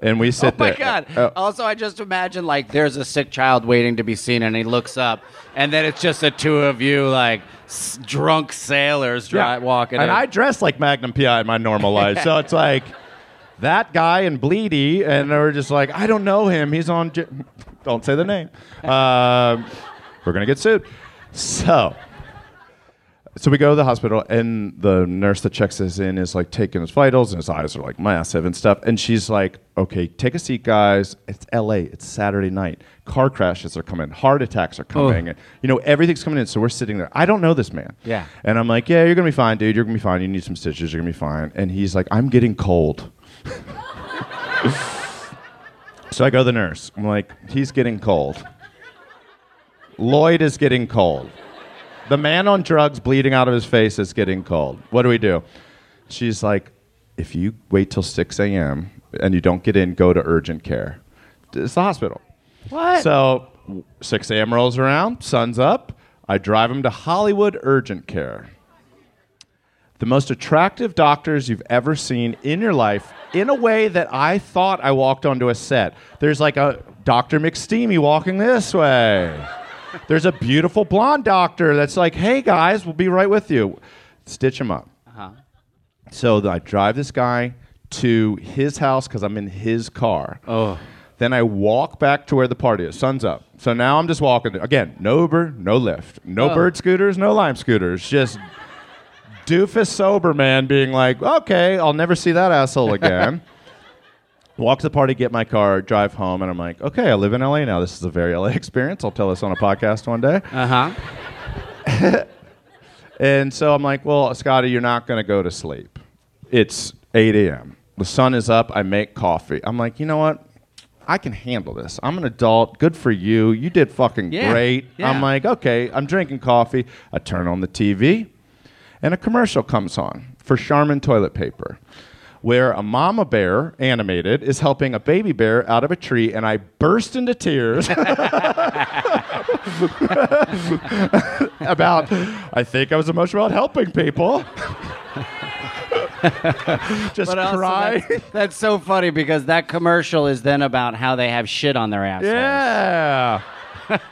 And we sit
Oh my
there.
god!
Oh.
Also, I just imagine like there's a sick child waiting to be seen, and he looks up, and then it's just the two of you, like s- drunk sailors, dry-
Yeah.
walking.
And
in.
I dress like Magnum PI in my normal life. So it's like that guy and Bleedy, and we're just like, I don't know him. He's on. J- don't say the name. Um we're gonna get sued. So. So we go to the hospital, and the nurse that checks us in is like taking his vitals, and his eyes are like massive and stuff. And she's like, "Okay, take a seat, guys. It's L.A. It's Saturday night. Car crashes are coming. Heart attacks are coming. And, you know, everything's coming in. So we're sitting there. I don't know this man.
Yeah.
And I'm like, "Yeah, you're gonna be fine, dude. You're gonna be fine. You need some stitches. You're gonna be fine." And he's like, "I'm getting cold." so I go to the nurse. I'm like, "He's getting cold. Lloyd is getting cold." The man on drugs bleeding out of his face is getting cold. What do we do? She's like, if you wait till 6 a.m. and you don't get in, go to urgent care. It's the hospital.
What?
So 6 a.m. rolls around, sun's up. I drive him to Hollywood Urgent Care. The most attractive doctors you've ever seen in your life, in a way that I thought I walked onto a set. There's like a Dr. McSteamy walking this way. There's a beautiful blonde doctor that's like, hey guys, we'll be right with you. Stitch him up. So th- I drive this guy to his house because I'm in his car. Oh. Then I walk back to where the party is. Sun's up. So now I'm just walking. Again, no Uber, no Lyft, no bird scooters, no lime scooters. Just doofus sober man being like, okay, I'll never see that asshole again. Walk to the party, get my car, drive home, and I'm like, okay, I live in LA now. This is a very LA experience. I'll tell this on a podcast one day.
uh huh.
And so I'm like, well, Scotty, you're not going to go to sleep. It's 8 a.m. The sun is up. I make coffee. I'm like, you know what? I can handle this. I'm an adult. Good for you. You did fucking
Yeah,
great.
yeah.
I'm like, okay, I'm drinking coffee. I turn on the TV, and a commercial comes on for Charmin toilet paper, where a mama bear, animated, is helping a baby bear out of a tree, and I burst into tears. about I think I was emotional about helping people. Just
But also,
cry.
That's, that's so funny because that commercial is then about how they have shit on their ass.
Yeah.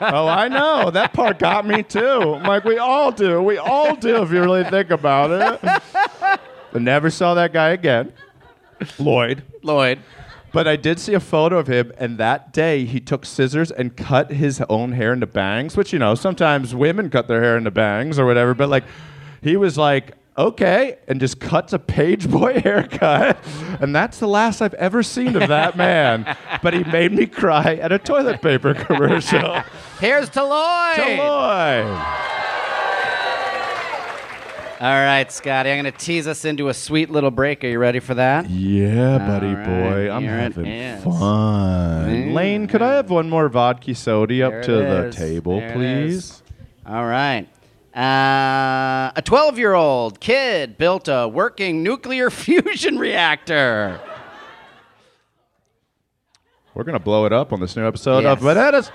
oh, I know. That part got me too. I'm like, we all do. We all do if you really think about it. I never saw that guy again. Lloyd.
Lloyd.
But I did see a photo of him, and that day he took scissors and cut his own hair into bangs, which, you know, sometimes women cut their hair into bangs or whatever. But like, he was like, okay, and just cuts a page boy haircut. And that's the last I've ever seen of that man. But he made me cry at a toilet paper commercial.
Here's to Lloyd.
Deloy.
All right, Scotty, I'm going to tease us into a sweet little break. Are you ready for that?
Yeah, buddy
right,
boy. I'm
here it
having
is.
fun. Lane, could I have one more vodka soda up
There
to
it
the
is.
table,
There it
please?
is. All right. Uh, a 12 year old kid built a working nuclear fusion reactor.
We're going to blow it up on this new episode
Yes.
of Bananas.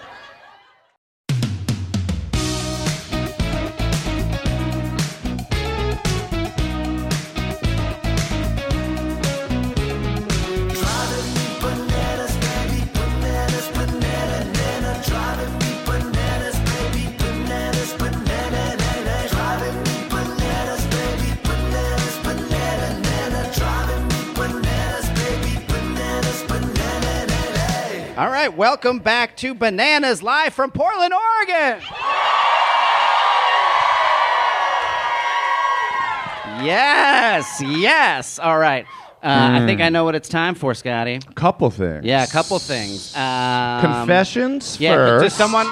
All right, welcome back to Bananas Live from Portland, Oregon. Yes, yes. All right. Uh,
Hmm.
I think I know what it's time for, Scotty.
Couple things.
Yeah, a couple things. Um,
Confessions
Yeah,
first.
just someone.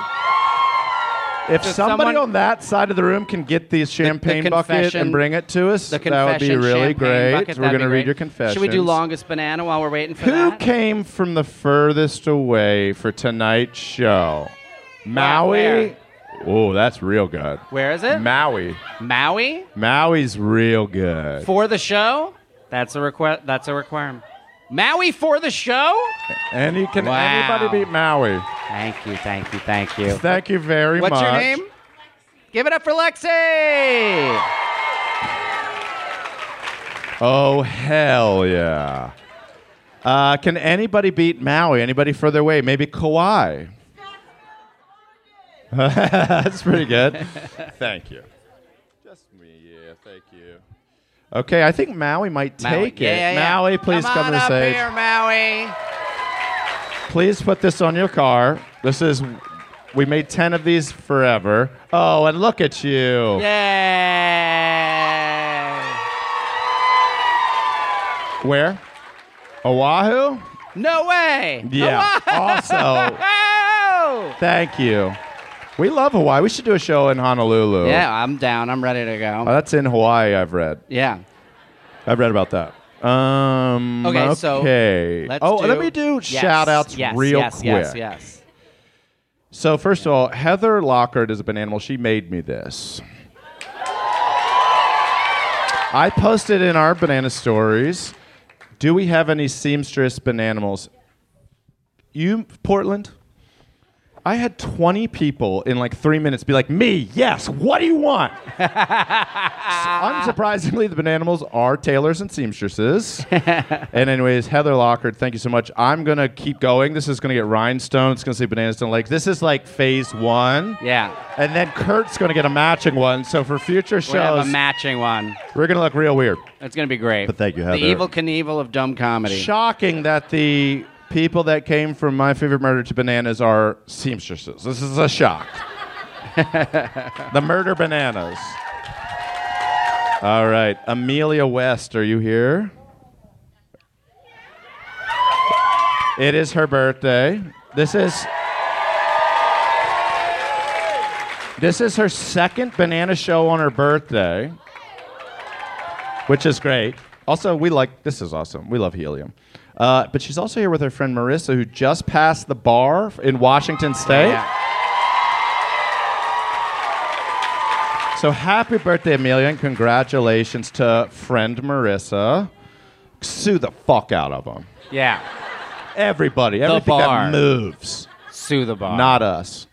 if
just
somebody
someone-
on that side of the room can get these champagne bucket
confession-
and bring it to us,
The
that would be
confession
really
champagne
great.
bucket,
We're
that'd be
gonna read
great.
your confessions.
Should we do longest banana while we're waiting for
Who
that?
came from the furthest away for tonight's show? Maui.
where?
Oh, that's real good.
Where is it?
Maui.
Maui
Maui's real good.
for the show. That's a request. That's a requirement. Maui for the show.
And you can
Wow.
anybody beat Maui.
Thank you, thank you, thank you.
Thank you very
What's
much.
your name? Give it up for Lexi.
Oh hell yeah. Uh, can anybody beat Maui? Anybody further away? Maybe Kauai. That's pretty good. thank you. Just me, yeah. Thank you. Okay, I think Maui might take
Maui.
it.
Yeah, yeah, yeah.
Maui, please come,
on
to the
up
stage.
here, Maui.
Please put this on your car. This is. We made ten of these forever. Oh, and look at you.
Yay!
Where? Oahu?
No way.
Yeah. also,
Oh!
thank you. We love Hawaii. We should do a show in Honolulu.
Yeah, I'm down. I'm ready to go.
Oh, that's in Hawaii, I've read.
yeah.
I've read about that. Um,
Okay, so
okay.
Let's
oh,
do,
let me do
yes,
shout outs
yes,
real
yes,
quick.
Yes, yes,
So, first of all, Heather Lockhart is a bananimal. She made me this. I posted in our banana stories Do we have any seamstress bananimals? You, Portland? I had 20 people in like three minutes be like, Me, yes, what do you want? So, Unsurprisingly, the bananimals are tailors and seamstresses. And anyways, Heather Lockhart, thank you so much. I'm gonna keep going. This is gonna get rhinestone. It's gonna say bananas don't like. This is like phase one.
Yeah.
And then Kurt's gonna get a matching one. So for future
We have
shows,
a matching one.
we're gonna look real weird.
It's gonna be great.
But thank you,
The
Heather.
evil Knievel of dumb comedy.
Shocking that the people that came from my favorite murder to bananas are seamstresses. This is a shock. the murder bananas. All right, Amelia West, are you here? It is her birthday. This is This is her second banana show on her birthday, which is great. Also, we like this is awesome. We love helium. Uh, but she's also here with her friend Marissa, who just passed the bar in Washington State.
Yeah.
So happy birthday, Amelia, and congratulations to friend Marissa. Sue the fuck out of them.
yeah.
Everybody, everything
bar.
that moves,
Sue the bar.
not us.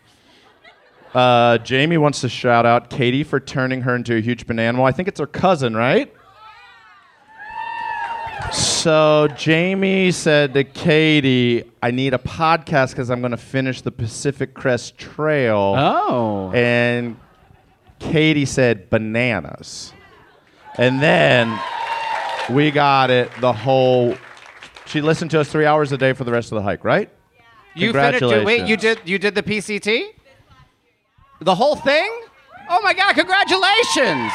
Uh, Jamie wants to shout out Katie for turning her into a huge banana. I think it's her cousin, right? So Jamie said to Katie, "I need a podcast because I'm going to finish the Pacific Crest Trail."
Oh.
and Katie said bananas. And then we got it the whole she listened to us 3 hours a day for the rest of the hike, right?
you finished it. Wait,
Congratulations.
you did you did the PCT? The whole thing? Oh my god, congratulations!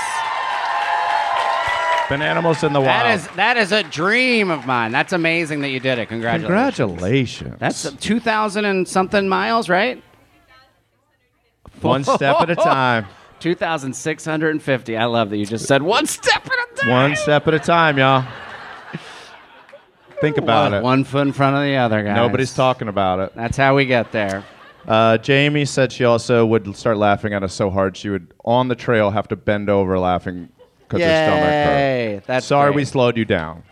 Bananimals in the wild.
That is that is a dream of mine. That's amazing that you did it. Congratulations.
congratulations.
That's 2,000 and something miles, right?
one step at a time.
2,650. I love that you just said one step at a time.
One step at a time, y'all. Think about
One-
it.
One foot in front of the other, guys.
Nobody's talking about it.
That's how we get there.
Uh, Jamie said she also would start laughing at us so hard she would, on the trail, have to bend over laughing because her stomach
Yay!
hurt.
That's
Sorry
great.
we slowed you down.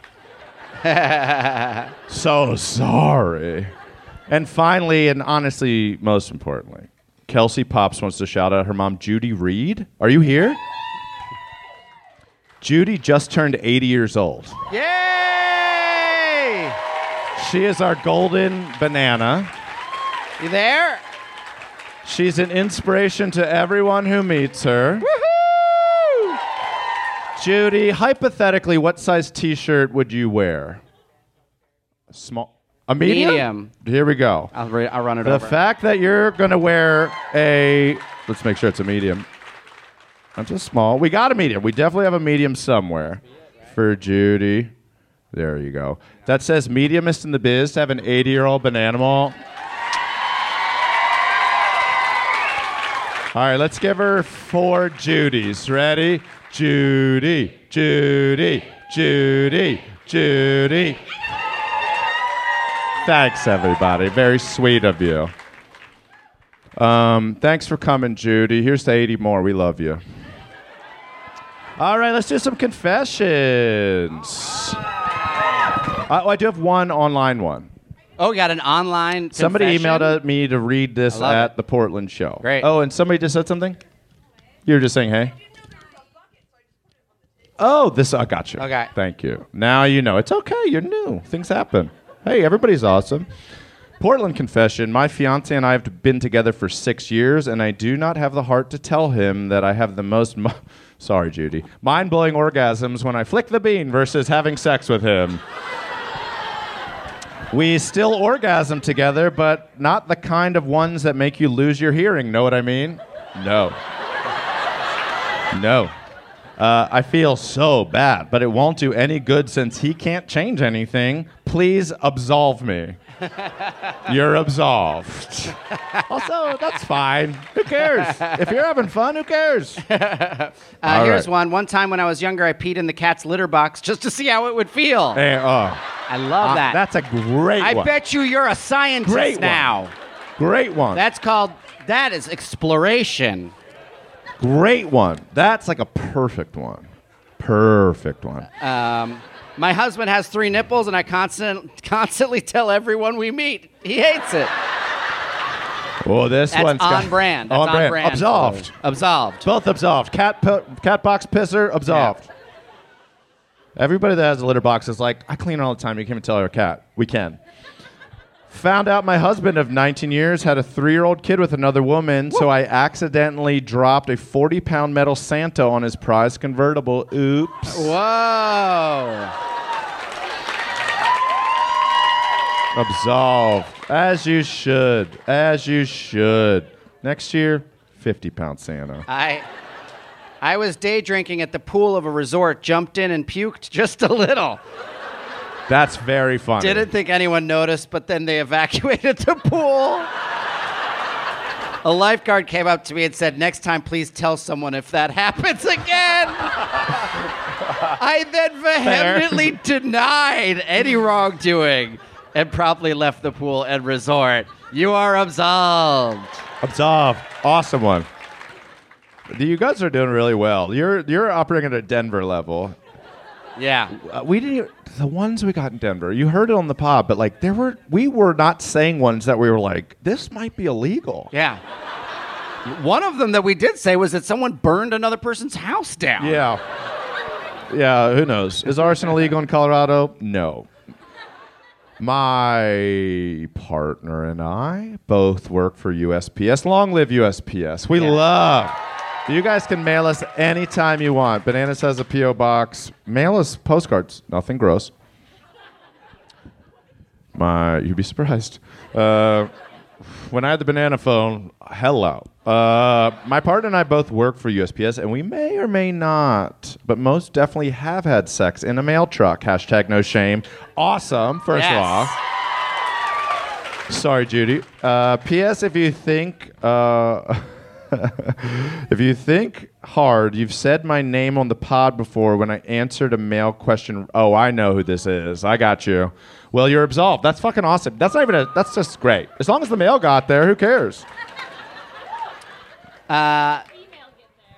so sorry. And finally, and honestly, most importantly, Kelsey Pops wants to shout out her mom, Judy Reed. Are you here? Judy just turned 80 years old.
Yay!
She is our golden banana.
You there?
She's an inspiration to everyone who meets her. Judy, hypothetically, what size T-shirt would you wear? A small, a medium.
Medium.
Here we go.
I'll, re- I'll run it
the
over.
fact that you're gonna wear a let's make sure it's a medium. Not just small. We got a medium. We definitely have a medium somewhere for Judy. There you go. That says mediumist in the biz to have an 80 year old banana mall. All right, let's give her four Judies. Ready? Judy, Judy, Judy, Judy. Thanks, everybody. Very sweet of you. Um, thanks for coming, Judy. Here's to 80 more. We love you. All right, let's do some confessions. I, oh, I do have one online one.
oh, we got an online.
Somebody
confession.
emailed uh, me to read this
love
at
it.
the Portland show.
Great.
Oh, and somebody just said something? You were just saying, hey? Oh, this, I got you.
Okay.
Thank you. Now you know. It's okay. You're new. Things happen. Hey, everybody's awesome. Portland confession. My fiance and I have been together for six years, and I do not have the heart to tell him that I have the most. Mo- Sorry, Judy. Mind blowing orgasms when I flick the bean versus having sex with him. We still orgasm together, but not the kind of ones that make you lose your hearing. Know what I mean? No. No. Uh, I feel so bad, but it won't do any good since he can't change anything. Please absolve me. You're absolved. Also, that's fine. Who cares? If you're having fun, who cares?
Uh,
All
here's
right.
one. One time when I was younger, I peed in the cat's litter box just to see how it would feel.
Hey, oh,
I love that.
that's a great
I
one.
bet you you're a scientist
Great one.
now.
Great one.
That's called. That is exploration.
Great one. That's like a perfect one. Perfect one.
Um, my husband has three nipples, and I constant, constantly tell everyone we meet he hates it.
oh, this
That's
one's got-
on brand. That's on, brand.
Absolved.
Absolved.
Both absolved. Cat po- cat box pisser absolved. Everybody that has a litter box is like, I clean all the time. You can't even tell you're a cat. We can. Found out my husband of 19 years had a three-year-old kid with another woman, so I accidentally dropped a 40-pound metal Santa on his prize convertible. Oops.
Whoa.
Absolve. As you should. As you should. Next year, 50 pound Santa.
I I was day drinking at the pool of a resort, jumped in and puked just a little.
That's very funny.
Didn't think anyone noticed, but then they evacuated the pool. A lifeguard came up to me and said, Next time, please tell someone if that happens again. I then vehemently denied any wrongdoing and promptly left the pool and resort. You are absolved.
Absolve. Awesome one. You guys are doing really well. You're you're operating at a Denver level.
Yeah.
Uh, we didn't. even- The ones we got in Denver, you heard it on the pod, but like there were, we were not saying ones that we were like, this might be illegal.
Yeah. One of them that we did say was that someone burned another person's house down.
Yeah. Yeah, who knows? Is arson illegal in Colorado? No. My partner and I both work for USPS. Long live USPS. We love. You guys can mail us anytime you want. Bananas has a P.O. box. Mail us postcards. Nothing gross. My, you'd be surprised. Uh, when I had the banana phone, hello. Uh, my partner and I both work for USPS, and we may or may not, but most definitely have had sex in a mail truck. Hashtag no shame. Awesome, first
Yes.
of all. Sorry, Judy. Uh, P.S. If you think. Uh, If you think hard, you've said my name on the pod before when I answered a mail question. Oh, I know who this is. I got you. Well, you're absolved. That's fucking awesome. That's not even a. That's just great. As long as the mail got there, who cares?
Uh,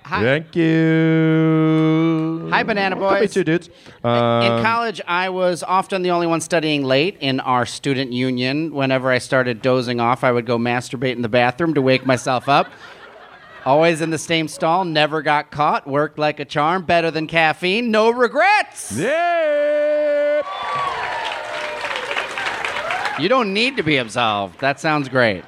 Hi-
Thank you.
Hi, Banana
Could be
Boys.
two dudes.
In
Um,
college, I was often the only one studying late in our student union. Whenever I started dozing off, I would go masturbate in the bathroom to wake myself up. Always in the same stall, never got caught, worked like a charm, better than caffeine, no regrets.
yeah.
You don't need to be absolved. That sounds great.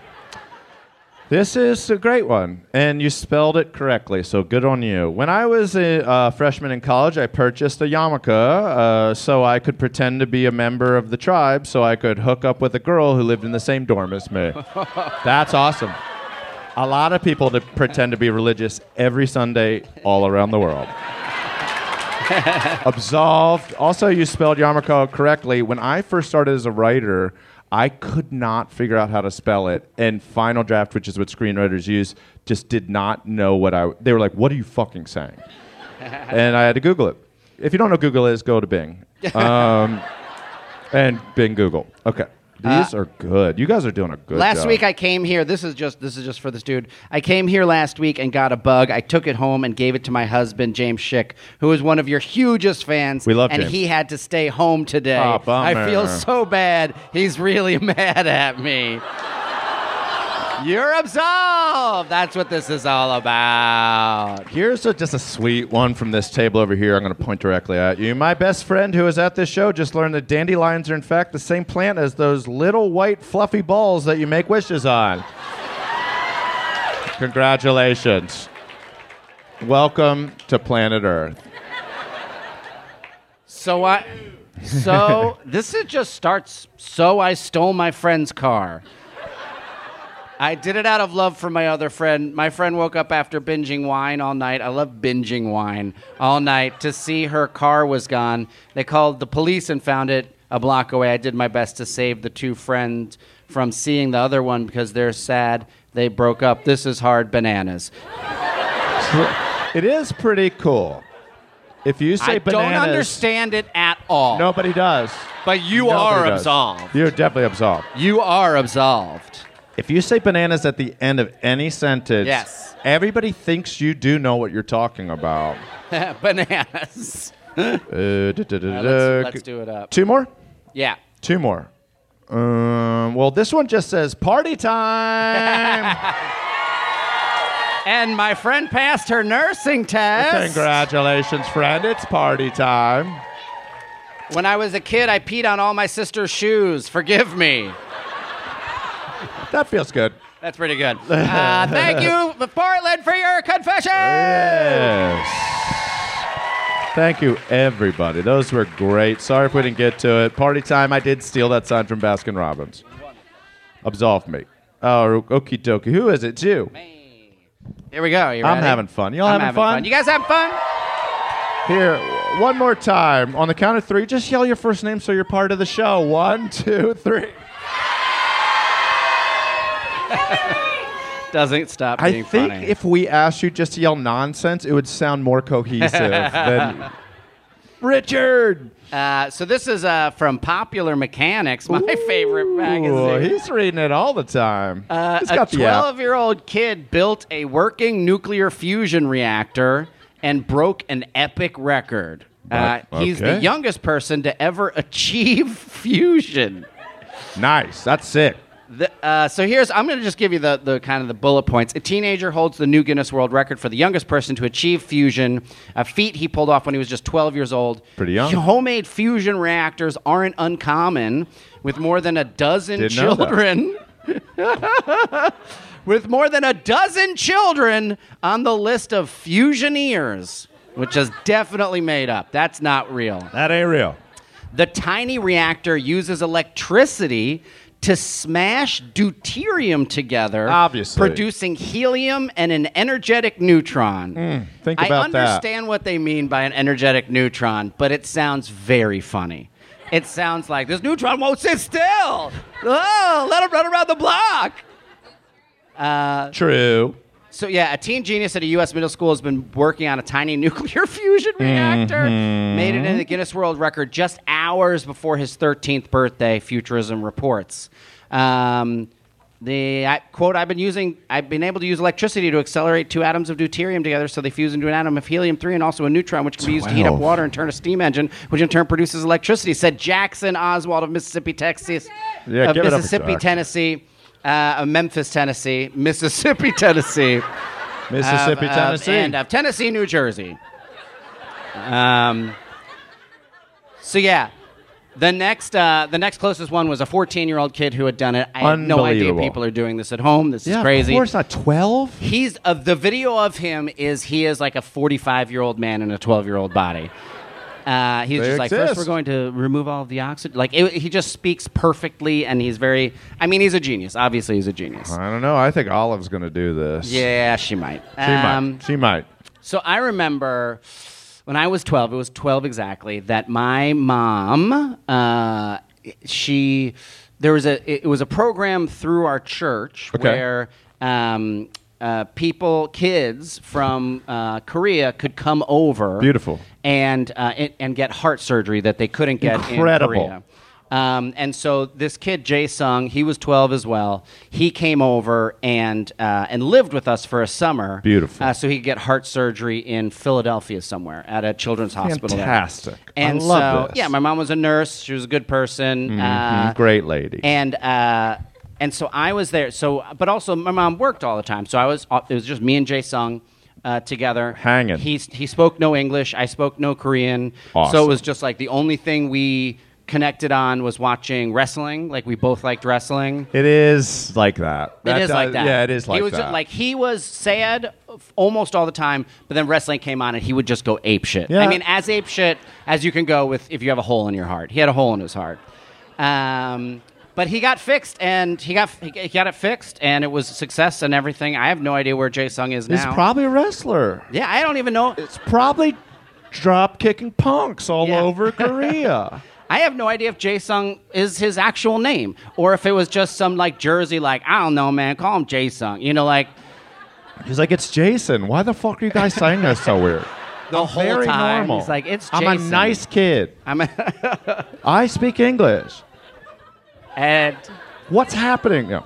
This is a great one, and you spelled it correctly, so good on you. When I was a uh, freshman in college, I purchased a yarmulke uh, so I could pretend to be a member of the tribe, so I could hook up with a girl who lived in the same dorm as me. That's awesome. A lot of people to pretend to be religious every Sunday all around the world. Absolved. Also, you spelled yarmulke correctly. When I first started as a writer, I could not figure out how to spell it, and Final Draft, which is what screenwriters use, just did not know what I. They were like, "What are you fucking saying?" and I had to Google it. If you don't know what Google is, go to Bing, um, and Bing Google. Okay, these are good. You guys are doing a good.
Uh, Last
job.
week I came here. This is just this is just for this dude. I came here last week and got a bug. I took it home and gave it to my husband James Schick, who is one of your hugest fans.
We love
and
James.
he had to stay home today.
Ah, bummer.
I feel so bad. He's really mad at me. You're absolved. That's what this is all about.
Here's a, just a sweet one from this table over here. I'm going to point directly at you. My best friend who was at this show just learned that dandelions are, in fact, the same plant as those little white fluffy balls that you make wishes on. Congratulations. Welcome to planet Earth.
So I, so this is just starts. So I stole my friend's car. I did it out of love for my other friend. My friend woke up after binging wine all night. I love binging wine all night to see her car was gone. They called the police and found it a block away. I did my best to save the two friends from seeing the other one because they're sad they broke up. This is hard bananas.
It is pretty cool. If you say
I
bananas,
don't understand it at all.
Nobody does.
But you
Nobody
are
does.
absolved.
You're definitely absolved.
You are absolved.
If you say bananas at the end of any sentence,
Yes.
everybody thinks you do know what you're talking about.
bananas.
Uh, da- da-
Uh,
da- da-
let's, let's do it up.
Two more?
Yeah.
Two more. Um, well, this one just says party time.
And my friend passed her nursing test.
Congratulations, friend. It's party time.
When I was a kid, I peed on all my sister's shoes. Forgive me.
That feels good.
That's pretty good. Uh, thank you, Portland, for your confession.
Yes. Thank you, everybody. Those were great. Sorry if we didn't get to it. Party time. I did steal that sign from Baskin Robbins. Absolve me. Oh, okie dokie. Who is it? It's you.
Here we go. You
I'm
ready?
having fun. Y'all
I'm
having fun?
You guys having fun?
Here, one more time. On the count of three, just yell your first name so you're part of the show. One, two, three.
Doesn't stop
I
being
think
funny.
if we asked you just to yell nonsense, it would sound more cohesive than Richard.
uh, so this is uh, from Popular Mechanics, my favorite
Ooh,
magazine.
he's reading it all the time.
Uh,
he's
a
got the app.
12 year old kid built a working nuclear fusion reactor and broke an epic record. Uh,
Right,
He's the
okay.
youngest person to ever achieve fusion.
Nice. That's sick.
The, uh, so here's I'm going to just give you the, the kind of the bullet points. A teenager holds the new Guinness World Record for the youngest person to achieve fusion, a feat he pulled off when he was just 12 years old.
Pretty young.
Homemade fusion reactors aren't uncommon, with more than a dozen
Didn't know that.
children. with more than a dozen children on the list of fusioneers, which is definitely made up. That's not real.
That ain't real.
The tiny reactor uses electricity to smash deuterium together,
Obviously.
producing helium and an energetic neutron.
Hmm, think
I
about that.
understand what they mean by an energetic neutron, but it sounds very funny. It sounds like this neutron won't sit still. Oh, let him run around the block.
True.
so yeah, a teen genius at a U.S. middle school has been working on a tiny nuclear fusion reactor. Made it in the Guinness World Record just hours before his 13th birthday. Futurism reports. Um, the I, quote I've been using I've been able to use electricity to accelerate two atoms of deuterium together so they fuse into an atom of helium three and also a neutron which can be used to heat up
Twelve.
water and turn a steam engine which in turn produces electricity said Jackson Oswald of Mississippi Texas
Yeah,
of
give it up for
Mississippi
Jackson.
Tennessee uh, of Memphis Tennessee Mississippi Tennessee uh,
Mississippi,
of- of-
Tennessee.
and of Tennessee, New Jersey. Um, so yeah, the next uh, the next closest one was a 14 year old kid who had done it. I had no idea
Unbelievable.
people are doing this at home. This
yeah,
is crazy.
Of course not. Twelve.
He's of the video of him is he is like a 45 year old man in a 12 year old body. Uh, he's
They
just like first
exist.
we're going to remove all of the oxygen. Like it, he just speaks perfectly, and he's very. I mean, he's a genius. Obviously, he's a genius.
I don't know. I think Olive's going to do this.
Yeah, she might.
Uh-huh.
Um,
She might. She might.
So I remember when I was 12, it was 12 exactly, that my mom, uh, she, there was a, it, it was a program through our church
Okay.
where um, uh, people, kids from uh, Korea could come over.
Beautiful.
And, uh, and, and get heart surgery that they couldn't get
Incredible.
in Korea. Um, and so this kid Jay Sung, he was 12 as well. He came over and uh, and lived with us for a summer.
Beautiful.
Uh, so he could get heart surgery in Philadelphia somewhere at a children's hospital. there.
Fantastic. I
And
love
so
this. Mm-hmm.
yeah, my mom was a nurse. She was a good person. Uh,
Mm, Great lady.
and uh, and so I was there. So, but also my mom worked all the time. So I was. It was just me and Jay Sung uh, together,
Hanging.
He he spoke no English. I spoke no Korean. So
Awesome.
it was just like the only thing we connected on was watching wrestling. Like we both liked wrestling.
it is like that. That
it is
does-
like that.
Yeah, it is like
he was
that.
like he was sad f- almost all the time, but then wrestling came on and he would just go ape shit.
Yeah.
I mean, as ape shit as you can go with if you have a hole in your heart. He had a hole in his heart. Um, but he got fixed and he got he got it fixed and it was a success and everything. I have no idea where Jay Sung is now.
He's probably a wrestler.
yeah, I don't even know.
It's probably drop kicking punks all
Yeah.
over Korea.
I have no idea if Jay Sung is his actual name or if it was just some like Jersey like I don't know, man. Call him Jay Sung. You know, like
He's like, it's Jason. Why the fuck are you guys saying this so weird?
The whole
Very
time,
normal.
he's like, "It's
I'm a
Jason."
nice kid.
I'm a,
I speak English.
and.
What's happening? No.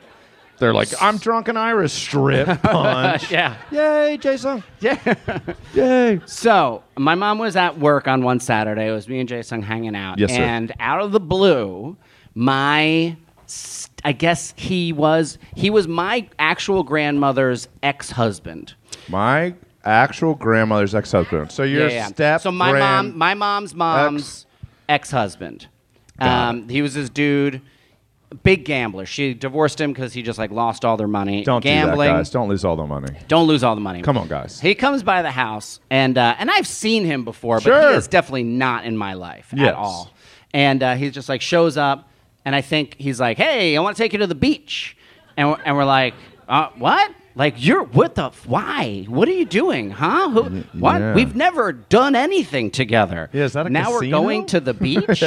They're like, I'm drunk and Irish strip punch.
Yeah.
Yay, Jason. Yeah. Yay.
So my mom was at work on one Saturday. It was me and Jason hanging out.
Yes, sir.
And out of the blue, my s- I guess he was he was my actual grandmother's ex husband.
My actual grandmother's ex husband. So your step
So my mom, my mom's mom's ex husband.
Got
Um, he was this dude, big gambler. She divorced him because he just like lost all their money.
Don't do
gambling.
that, guys. Don't lose all the money.
Don't lose all the money.
Come on, guys.
He comes by the house, and uh, and I've seen him before, but
Sure.
he is definitely not in my life
Yes.
at all. And uh, he just like shows up, and I think he's like, "Hey, I want to take you to the beach," and we're, and we're like, uh, "What?" Like you're what the f- why? What are you doing, huh? Who, what?
yeah.
We've never done anything together.
Yeah, is that a
now
casino?
we're going to the beach.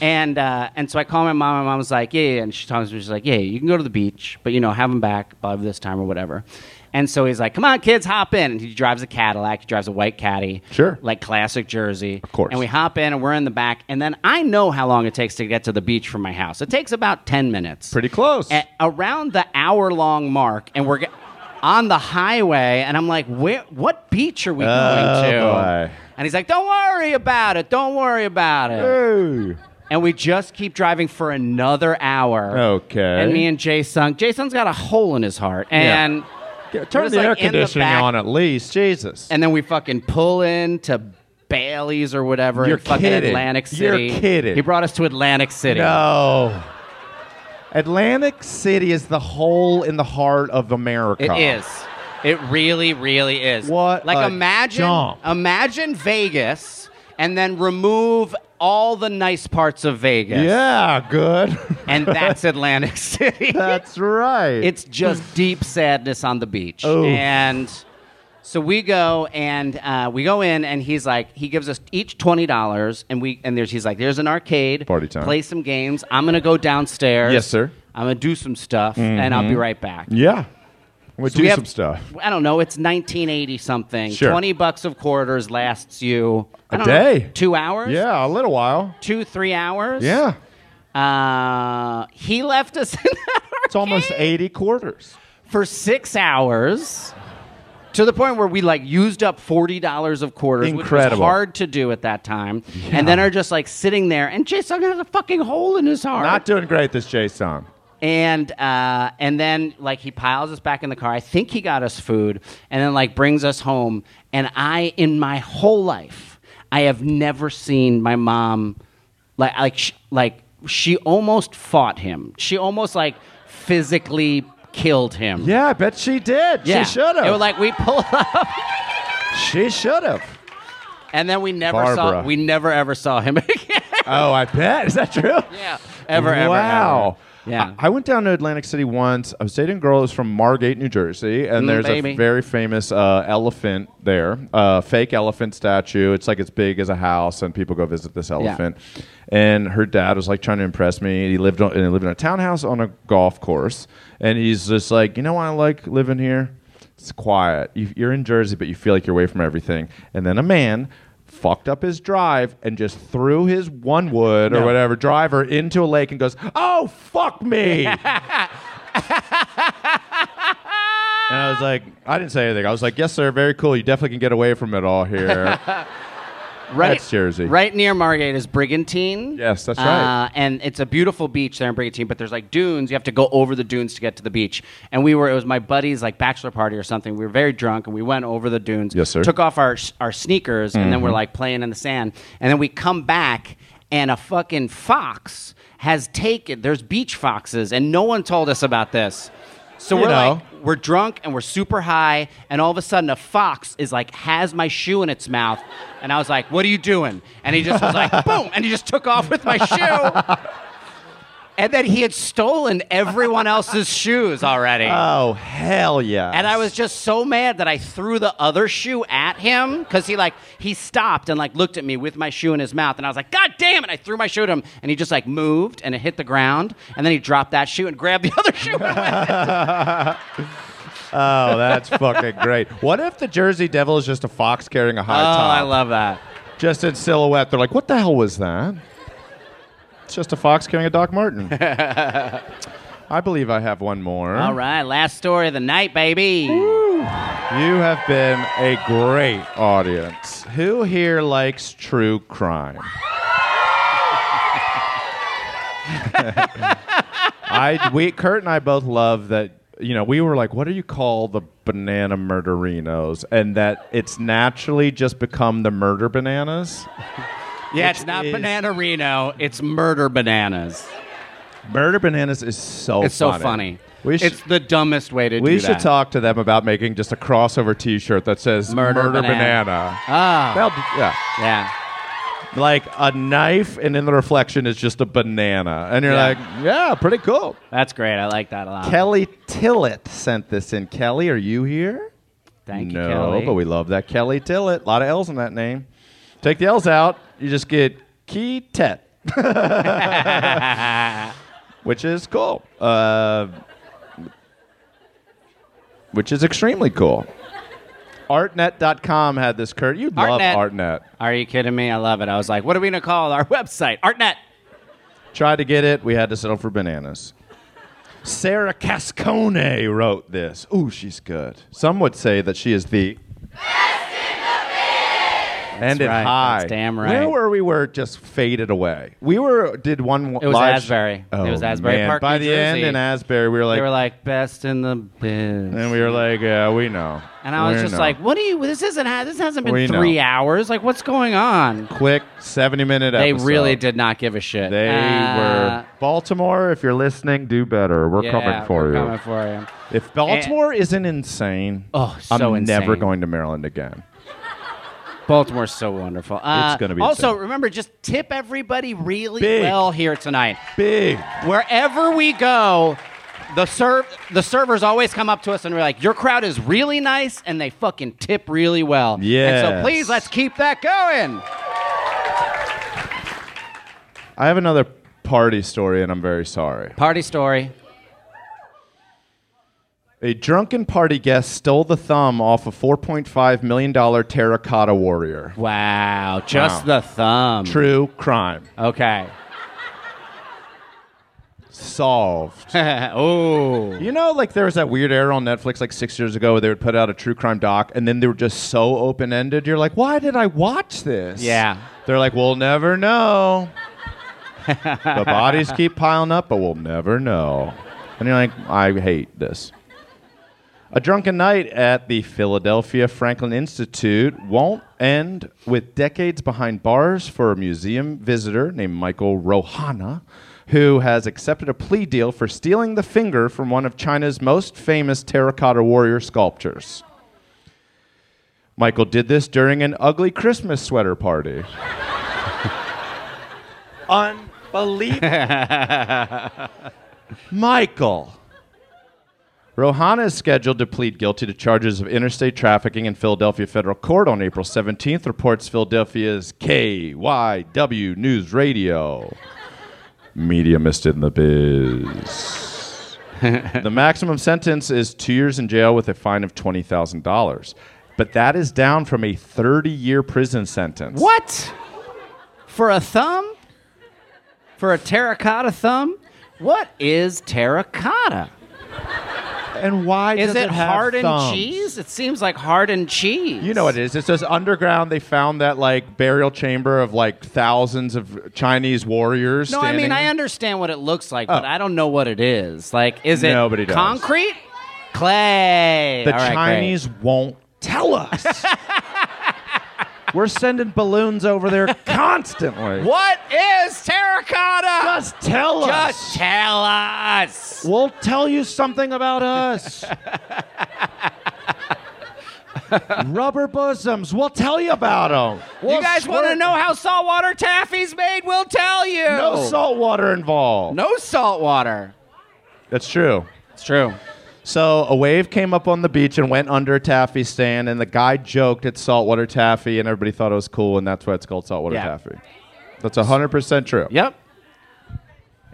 And uh, and so I call my mom. and My mom's like, yeah, yeah. And she tells me she's like, yeah, you can go to the beach, but you know, have him back by this time or whatever. And so he's like, come on, kids, hop in. And he drives a Cadillac. He drives a white Caddy.
Sure.
Like classic Jersey. Of
course.
And we hop in and we're in the back. And then I know how long it takes to get to the beach from my house. It takes about 10 minutes.
Pretty close.
At around the hour long mark. And we're g- on the highway. And I'm like, where, what beach are we going to?
Oh, boy.
And he's like, don't worry about it. Don't worry about it
Ooh.
and we just keep driving for another hour.
Okay.
And me and Jay Sung. Jay Sung's got a hole in his heart, and
Yeah, turn
was,
the
like,
air
in the
conditioning
back-
on at least. Jesus.
and then we fucking pull in to Bailey's or whatever
You're
in fucking
kidding.
Atlantic
You're
City.
kidding.
He brought us to Atlantic City.
no. Atlantic City is the hole in the heart of America.
It is. It really, really is.
What
Like
a
imagine,
jump.
imagine Vegas, and then remove all the nice parts of Vegas.
Yeah, good.
And that's Atlantic City.
That's right.
it's just deep sadness on the beach.
Oof.
And so we go and uh, we go in, and he's like, he gives us each twenty dollars, and we and there's he's like, there's an arcade,
Party time.
play some games. I'm gonna go downstairs.
Yes, sir.
I'm gonna do some stuff, and I'll be right back.
yeah. We
So
do
we have-
some stuff.
I don't know. It's 1980 something.
Sure.
20 bucks of quarters lasts you I
A
don't know,
day.
two hours?
Yeah, a little while.
Two, three hours?
Yeah.
Uh, he left us in
It's almost 80 quarters.
for six hours to the point where we like used up forty dollars of quarters, which was
Incredible.
hard to do at that time. And then are just like sitting there, and Jay Sugden has a fucking hole in his heart.
Not doing great this J song.
and uh, and then like he piles us back in the car. I think he got us food, and then like brings us home. And I, in my whole life, I have never seen my mom like like sh- like she almost fought him. She almost like physically killed him.
Yeah, I bet she did.
Yeah.
She should
They were
have.
like, we pulled up,
she should have.
and then we never saw,
Barbara.
we never ever saw him again.
Oh, I bet. Is that true?
yeah. Ever, ever.
Wow.
ever. Yeah.
I, I went down to Atlantic City once. I was dating a girl who was from Margate, New Jersey, and
Mm,
there's
baby.
a very famous uh, elephant there, uh, fake elephant statue. It's like as big as a house, and people go visit this elephant. And her dad was like trying to impress me. He lived on, and he lived in a townhouse on a golf course, and he's just like, you know, what I like living here. It's quiet. You, you're in Jersey, but you feel like you're away from everything. And then a man fucked up his drive and just threw his one wood or whatever driver into a lake and goes, "Oh fuck me." and I was like, I didn't say anything. I was like, "Yes, sir. Very cool. You definitely can get away from it all here."
right,
That's Jersey.
Right near Margate is Brigantine.
Yes, that's right.
Uh, and it's a beautiful beach there in Brigantine, but there's like dunes. You have to go over the dunes to get to the beach. And we were, it was my buddy's like bachelor party or something. We were very drunk and we went over the dunes.
Yes, sir. Mm-hmm.
Took off our, our sneakers and then we're like playing in the sand. And then we come back and a fucking fox has taken, there's beach foxes and no one told us about this. So
You
we're
know.
like, we're drunk and we're super high, and all of a sudden a fox is like has my shoe in its mouth, and I was like, "What are you doing?" And he just was like, "Boom!" and he just took off with my shoe. And then he had stolen everyone else's shoes already.
oh hell yeah!
and I was just so mad that I threw the other shoe at him because he like he stopped and like looked at me with my shoe in his mouth, and I was like, "God damn it!" I threw my shoe at him, and he just like moved and it hit the ground, and then he dropped that shoe and grabbed the other shoe. And went.
oh, that's fucking great. What if the Jersey Devil is just a fox carrying a high
Oh,
top?
I love that.
just in silhouette. They're like, what the hell was that? It's just a fox carrying a Doc Martin. I believe I have one more.
All right, last story of the night, baby.
You have been a great audience. Who here likes true crime? I we Kurt and I both love that you know we were like what do you call the banana murderinos and that it's naturally just become the murder bananas
Yeah, it's not
is-
Banana Reno, it's Murder Bananas.
Murder Bananas is so
It's so funny.
We, sh-
it's the dumbest way to do
we
that.
should talk to them about making just a crossover T-shirt that says
Murder
Murder,
Banana.
Banana.
Ah,
They'll- yeah.
yeah.
Like a knife, and in the reflection is just a banana. And you're
Yeah.
like, yeah, pretty cool.
That's great. I like that a lot.
Kelly Tillett sent this in. Kelly, are you here?
Thank
no,
you, Kelly.
but we love that. Kelly Tillett. A lot of L's in that name. Take the L's out, you just get Key Tet. which is cool. Uh, which is extremely cool. Artnet.com had this, Kurt. You love
Artnet.
Artnet.
Are you kidding me? I love it. I was like, what are we going to call our website? ArtNet.
Tried to get it. We had to settle for bananas. Sarah Cascone wrote this. Ooh, she's good. Some would say that she is the best in the biz. Ended
right.
high.
That's damn right.
Where were we? Were just faded away. We were did one.
It was
live
Asbury.
Oh,
It was Asbury
man.
Park,
By
New
the end
Jersey.
in Asbury, we were like,
They were like, best in the biz.
and we were like, yeah, we know.
And I was
We
just
know.
like, what are you? This isn't. ha- This hasn't been
We know.
three hours. Like, what's going on?
quick seventy minute.
They
episode.
really did not give a shit.
They
Uh,
were Baltimore. If you're listening, do better. We're
yeah,
coming for
we're
you.
Coming for you.
If Baltimore isn't insane,
Eh. Oh, so
I'm never
insane.
going to Maryland again.
Baltimore's so wonderful. Uh,
gonna be
Also,
insane.
remember, just tip everybody really
Big.
well here tonight.
Big.
Wherever we go, the serve the servers always come up to us and we're like, "Your crowd is really nice, and they fucking tip really well." And so
Yes.
please let's keep that going.
I have another party story, and I'm very sorry.
Party story.
A drunken party guest stole the thumb off a $4.5 million terracotta warrior.
Wow, just the thumb.
True crime.
Okay.
Solved.
oh.
You know, like there was that weird era on Netflix like six years ago where they would put out a true crime doc and then they were just so open ended. You're like, why did I watch this?
Yeah.
They're like, we'll never know. the bodies keep piling up, but we'll never know. And you're like, I hate this. A drunken night at the Philadelphia Franklin Institute won't end with decades behind bars for a museum visitor named Michael Rohana, who has accepted a plea deal for stealing the finger from one of China's most famous terracotta warrior sculptures. Michael did this during an ugly Christmas sweater party.
Unbelievable.
Michael. Rohana is scheduled to plead guilty to charges of interstate trafficking in Philadelphia federal court on April 17th, reports Philadelphia's KYW News Radio. Media missed in the biz. the maximum sentence is two years in jail with a fine of $20,000. But that is down from a 30 year prison sentence.
What? For a thumb? For a terracotta thumb? What is terracotta?
And why
Is
does
it,
have
hardened
thumbs?
cheese? It seems like hardened cheese.
You know what it is. It's just underground. They found that like burial chamber of like thousands of Chinese warriors.
No, I mean
standing-
I understand what it looks like, but I don't know what it is. Like, is it
Oh. Nobody does.
concrete? Clay.
The
All right, great.
Chinese won't tell us. We're sending balloons over there constantly.
What is terracotta?
Just tell
Just
us.
tell us.
We'll tell you something about us. Rubber bosoms. We'll tell you about them.
you guys want to know how saltwater taffy's made? We'll tell you.
No salt water involved.
No salt water.
That's true.
It's true.
So a wave came up on the beach and went under a taffy stand, and the guy joked it's saltwater taffy, and everybody thought it was cool, and that's why it's called saltwater
Yeah.
taffy. That's 100% true.
Yep.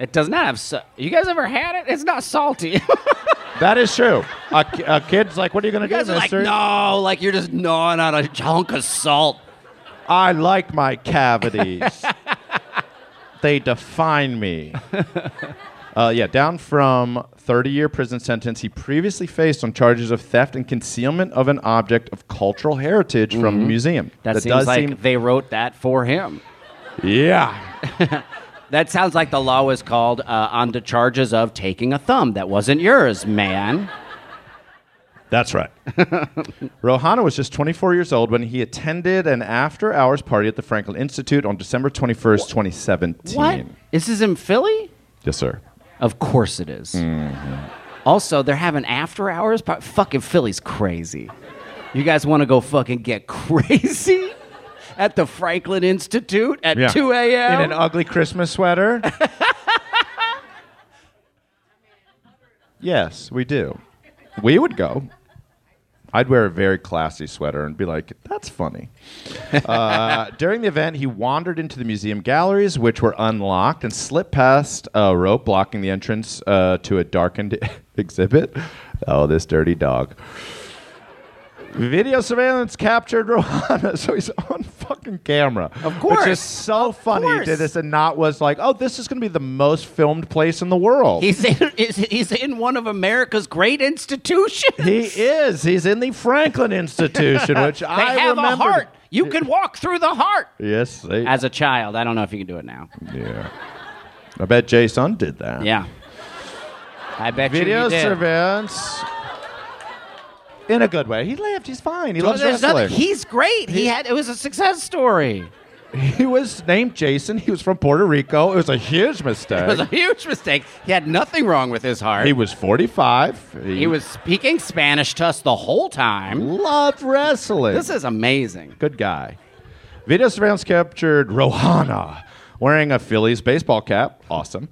It does not have. Sa- you guys ever had it? It's not salty. you
That is true. A, ki- a kid's like, what are you going to do,
guys are like,
mister?
no, like you're just gnawing on a chunk of salt.
I like my cavities. they define me. Uh, yeah, down from 30-year prison sentence he previously faced on charges of theft and concealment of an object of cultural heritage from a museum.
Mm-hmm. That, seems
does
like
seem...
they wrote that for him.
Yeah.
That sounds like the law was called uh, on the charges of taking a thumb that wasn't yours, man.
That's right. Rohana was just 24 years old when he attended an after hours party at the Franklin Institute on December 21st, 2017.
What? This is in Philly?
Yes, sir.
Of course it is.
Mm-hmm.
Also, they're having after hours. Par- fucking Philly's crazy. You guys want to go fucking get crazy at the Franklin Institute at 2 a.m.?
In an ugly Christmas sweater? yes, we do. We would go. I'd wear a very classy sweater and be like, that's funny. Uh, during the event, he wandered into the museum galleries, which were unlocked, and slipped past a rope blocking the entrance uh, to a darkened exhibit. Oh, this dirty dog. Video surveillance captured Rohana, so he's on fucking camera. Of
course.
Which is so funny he
course.
did this and not was like, oh, this is going to be the most filmed place in the world.
he's, in, he's- he's in one of America's great institutions.
he is. He's in the Franklin Institution, which
they
I
have a
remembered.
heart. You can walk through the heart.
Yes, they,
As a child, I don't know if you can do it now.
yeah. I bet Jason did that.
Yeah. I bet you
Video
he did.
surveillance. In a good way. He lived. He's fine. He
Well,
loves
there's nothing-
wrestling.
he's great. He, had it was a success story.
he was named Jason. He was from Puerto Rico. It was a huge mistake.
It was a huge mistake. He had nothing wrong with his heart.
he was 45.
He was speaking Spanish to us the whole time.
loved wrestling.
This is amazing.
Good guy. Video surveillance captured Rohana wearing a Phillies baseball cap. Awesome.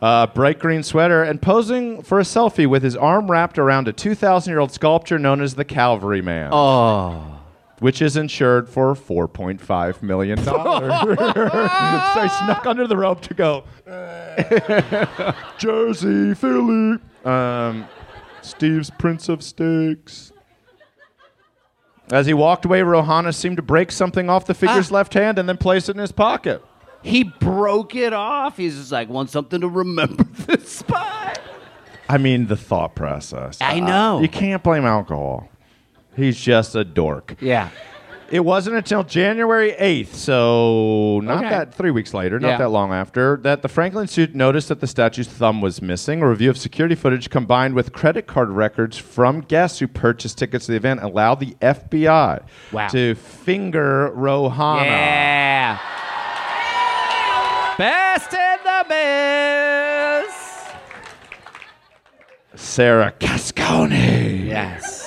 Uh, bright green sweater and posing for a selfie with his arm wrapped around a 2,000 year old sculpture known as the Calvary Man. Oh. Which is insured for $4.5 million. so he snuck under the rope to go, Jersey, Philly. Um, Steve's Prince of Steaks. As he walked away, Rohanna seemed to break something off the figure's
Ah.
left hand and then place it in his pocket.
He broke it off. He's just like, want something to remember this spot.
I mean, the thought process.
I know.
you can't blame alcohol. He's just a dork.
Yeah.
It wasn't until January 8th, so not
Okay.
that three weeks later, not
Yeah.
that long after, that the Franklin suit noticed that the statue's thumb was missing. A review of security footage combined with credit card records from guests who purchased tickets to the event allowed the FBI
Wow.
to finger Rohana.
Yeah. Best in the biz.
Sarah Cascone.
Yes.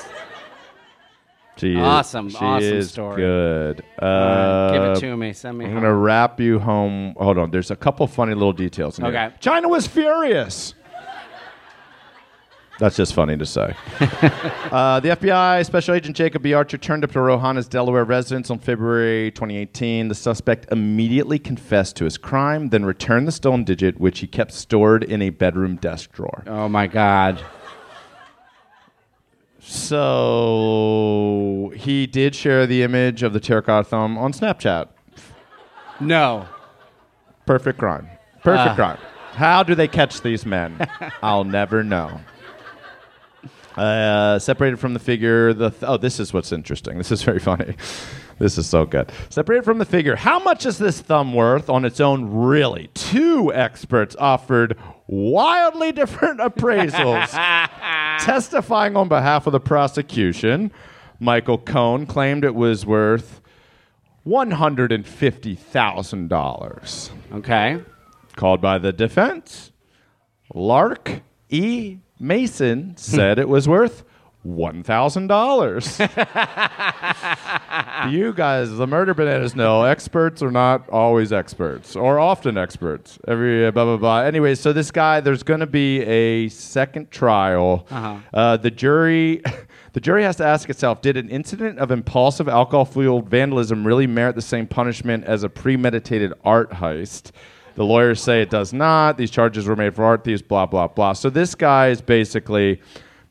She is-
Awesome,
she
awesome
is
story.
Good.
Give
Uh,
it to me. Send me.
I'm
home.
gonna wrap you home. Hold on. There's a couple funny little details. In here.
Okay.
China was furious. That's just funny to say. uh, the FBI Special Agent Jacob B. Archer turned up to Rohana's Delaware residence on February 2018. The suspect immediately confessed to his crime, then returned the stolen digit, which he kept stored in a bedroom desk drawer.
Oh my God.
So he did share the image of the terracotta thumb on Snapchat.
No.
Perfect crime. Perfect crime. How do they catch these men? I'll never know. Uh, separated from the figure, the th- oh, this is what's interesting. This is very funny. This is so good. Separated from the figure, how much is this thumb worth on its own? Really, two experts offered wildly different appraisals, testifying on behalf of the prosecution. Michael Cohn claimed it was worth one hundred and fifty thousand dollars
Okay.
called by the defense. Lark E. Mason said it was worth $1,000. you guys, the murder bananas know experts are not always experts or often experts. Every uh, blah, blah, blah. Anyway, so this guy, there's going to be a second trial. uh the jury. The jury has to ask itself Did an incident of impulsive alcohol fueled vandalism really merit the same punishment as a premeditated art heist? The lawyers say it does not. These charges were made for art thieves, blah, blah, blah. So this guy is basically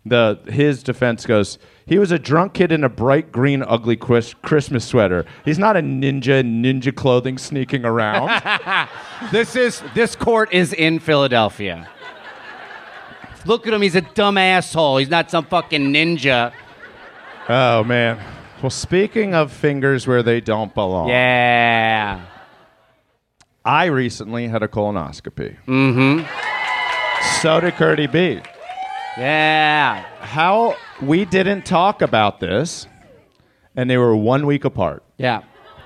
the his defense goes, he was a drunk kid in a bright green ugly Chris, Christmas sweater. He's not a ninja in ninja clothing sneaking around.
This is this court is in Philadelphia. Look at him. He's a dumb asshole. He's not some fucking ninja.
oh man. Well, speaking of fingers where they don't belong.
Yeah.
I recently had a colonoscopy. Mm-hmm.
Mm-hmm.
So did Curdy B.
Yeah.
How we didn't talk about this, and they were one week apart.
Yeah.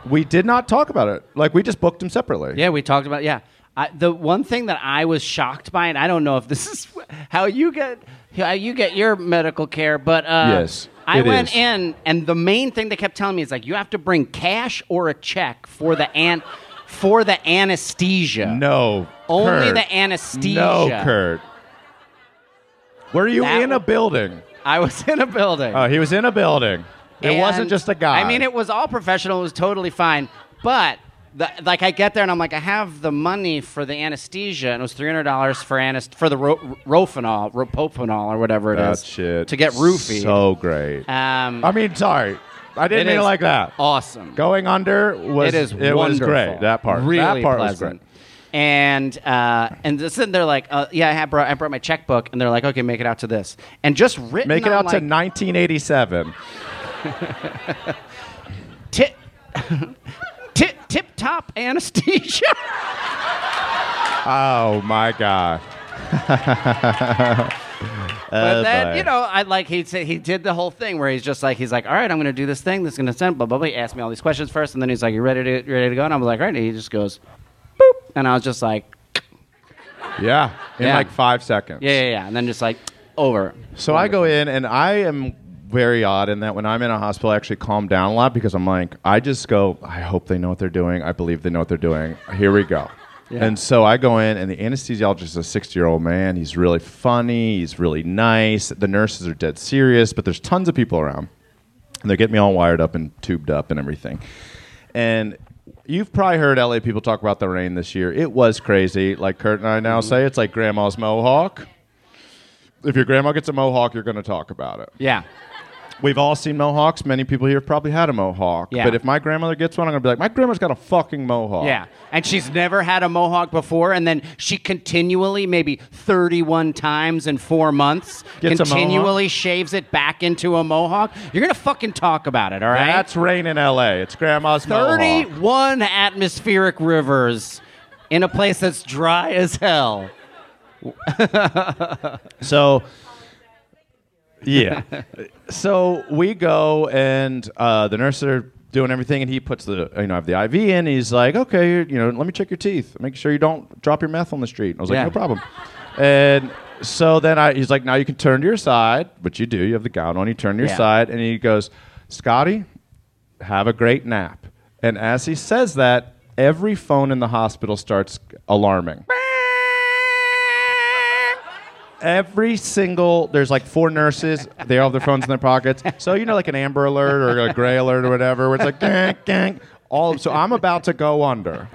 We did not talk about it. Like we just booked them separately.
Yeah. We talked about yeah. I, the one thing that I was shocked by, and I don't know if this is how you get how you get your medical care, but uh,
Yes,
I
it
went
is.
in, and the main thing they kept telling me is like you have to bring cash or a check for the an for the anesthesia.
No.
Only
Kurt.
the anesthesia.
No, Kurt. Were you
That
in a
w-
building?
I was in a building.
Oh, he was in a building. It wasn't
And-
just a guy.
I mean, it was all professional. It was totally fine. But the, like, I get there and I'm like, I have the money for the anesthesia, and it was three hundred dollars for anest for the ro- Rofinol, Ropopanol, or whatever it is
that shit
to get roofied.
So great.
um,
I mean, sorry, I
it
didn't mean it
is
like that.
Awesome.
Going under was
it is
it
wonderful.
was great. That part,
really
that part
pleasant.
was great.
And uh, and this, and they're like, uh, yeah, I had brought I brought my checkbook, and they're like, okay, make it out to this, and just written
Make it
on,
out to
like,
1987.
tip tip tip top anesthesia.
Oh my god.
But
boy.
then you know, I like he said he did the whole thing where he's just like he's like, all right, I'm gonna do this thing. This is gonna send blah blah blah. He asked me all these questions first, and then he's like, you ready to you ready to go? And I was like, all right. And he just goes, boop, and I was just like,
Yeah, in
Yeah.
like five seconds.
yeah, yeah, yeah, and then just like over.
So I go in and I am very odd in that when I'm in a hospital, I actually calm down a lot because I'm like, I just go, I hope they know what they're doing. I believe they know what they're doing. Here we go. And so I go in, and the anesthesiologist is a 60 year old man. He's really funny. He's really nice. The nurses are dead serious, but there's tons of people around. And they get me all wired up and tubed up and everything. And you've probably heard LA people talk about the rain this year. It was crazy. Like Kurt and I now say, it's like grandma's mohawk. If your grandma gets a mohawk, you're going to talk about it.
Yeah.
We've all seen mohawks. Many people here have probably had a mohawk.
Yeah.
But if my grandmother gets one, I'm going to be like, my grandma's got a fucking mohawk.
Yeah. And she's never had a mohawk before. And then she continually, maybe 31 times in four months,
Gets a
continually shaves it back into a mohawk. You're going to fucking talk about it, all right?
That's rain in L.A. It's grandma's mohawk.
31 atmospheric rivers in a place that's dry as hell.
So, yeah. so we go, and uh, the nurse are doing everything, and he puts the, you know, I have the IV in. He's like, okay, you know, let me check your teeth. Make sure you don't drop your meth on the street. And I was
Yeah.
like, no problem. And so then I, he's like, now you can turn to your side, which you do. You have the gown on, you turn to your
Yeah.
side, and he goes, Scotty, have a great nap. And as he says that, every phone in the hospital starts alarming. Every single, there's like four nurses. They all have their phones in their pockets. So, you know, like an amber alert or a gray alert or whatever, where it's like, gang, gang. All, so I'm about to go under.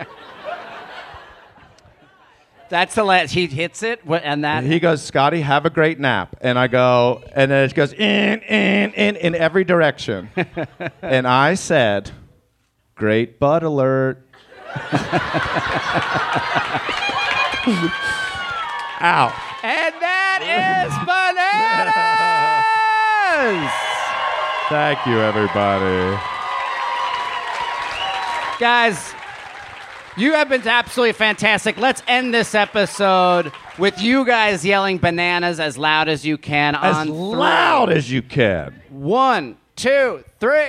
That's the last. He hits it, wh- and that.
He goes, Scotty, have a great nap. And I go, and then it goes in, in, in, in every direction. and I said, great butt alert. Out.
and that is bananas!
Thank you, everybody.
Guys, you have been absolutely fantastic. Let's end this episode with you guys yelling bananas as loud as you can.
As
on three.
loud as you can.
One, two, three.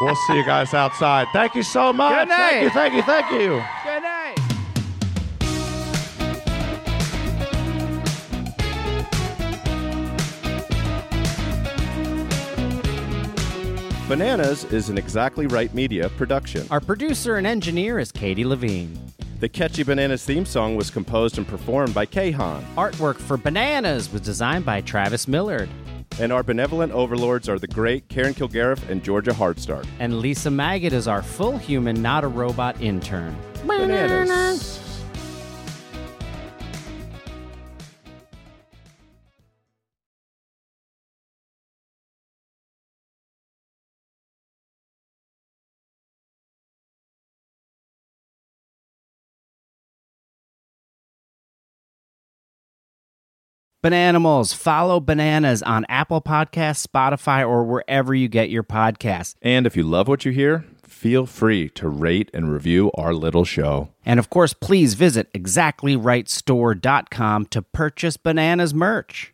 We'll see you guys outside. Thank you so
Good
much.
night.
Thank you, thank you, thank you.
Good night.
Bananas is an Exactly Right Media production.
Our producer and engineer is Katie Levine.
The catchy Bananas theme song was composed and performed by Kahan,
Artwork for Bananas was designed by Travis Millard
and our benevolent overlords are the great Karen Kilgariff and Georgia Hardstark.
and Lisa Maggot is our full human, not a robot intern.
Bananas.
Bananimals, follow Bananas on Apple Podcasts, Spotify, or wherever you get your podcasts.
And if you love what you hear, feel free to rate and review our little show.
And of course, please visit exactlyrightstore.com to purchase bananas merch.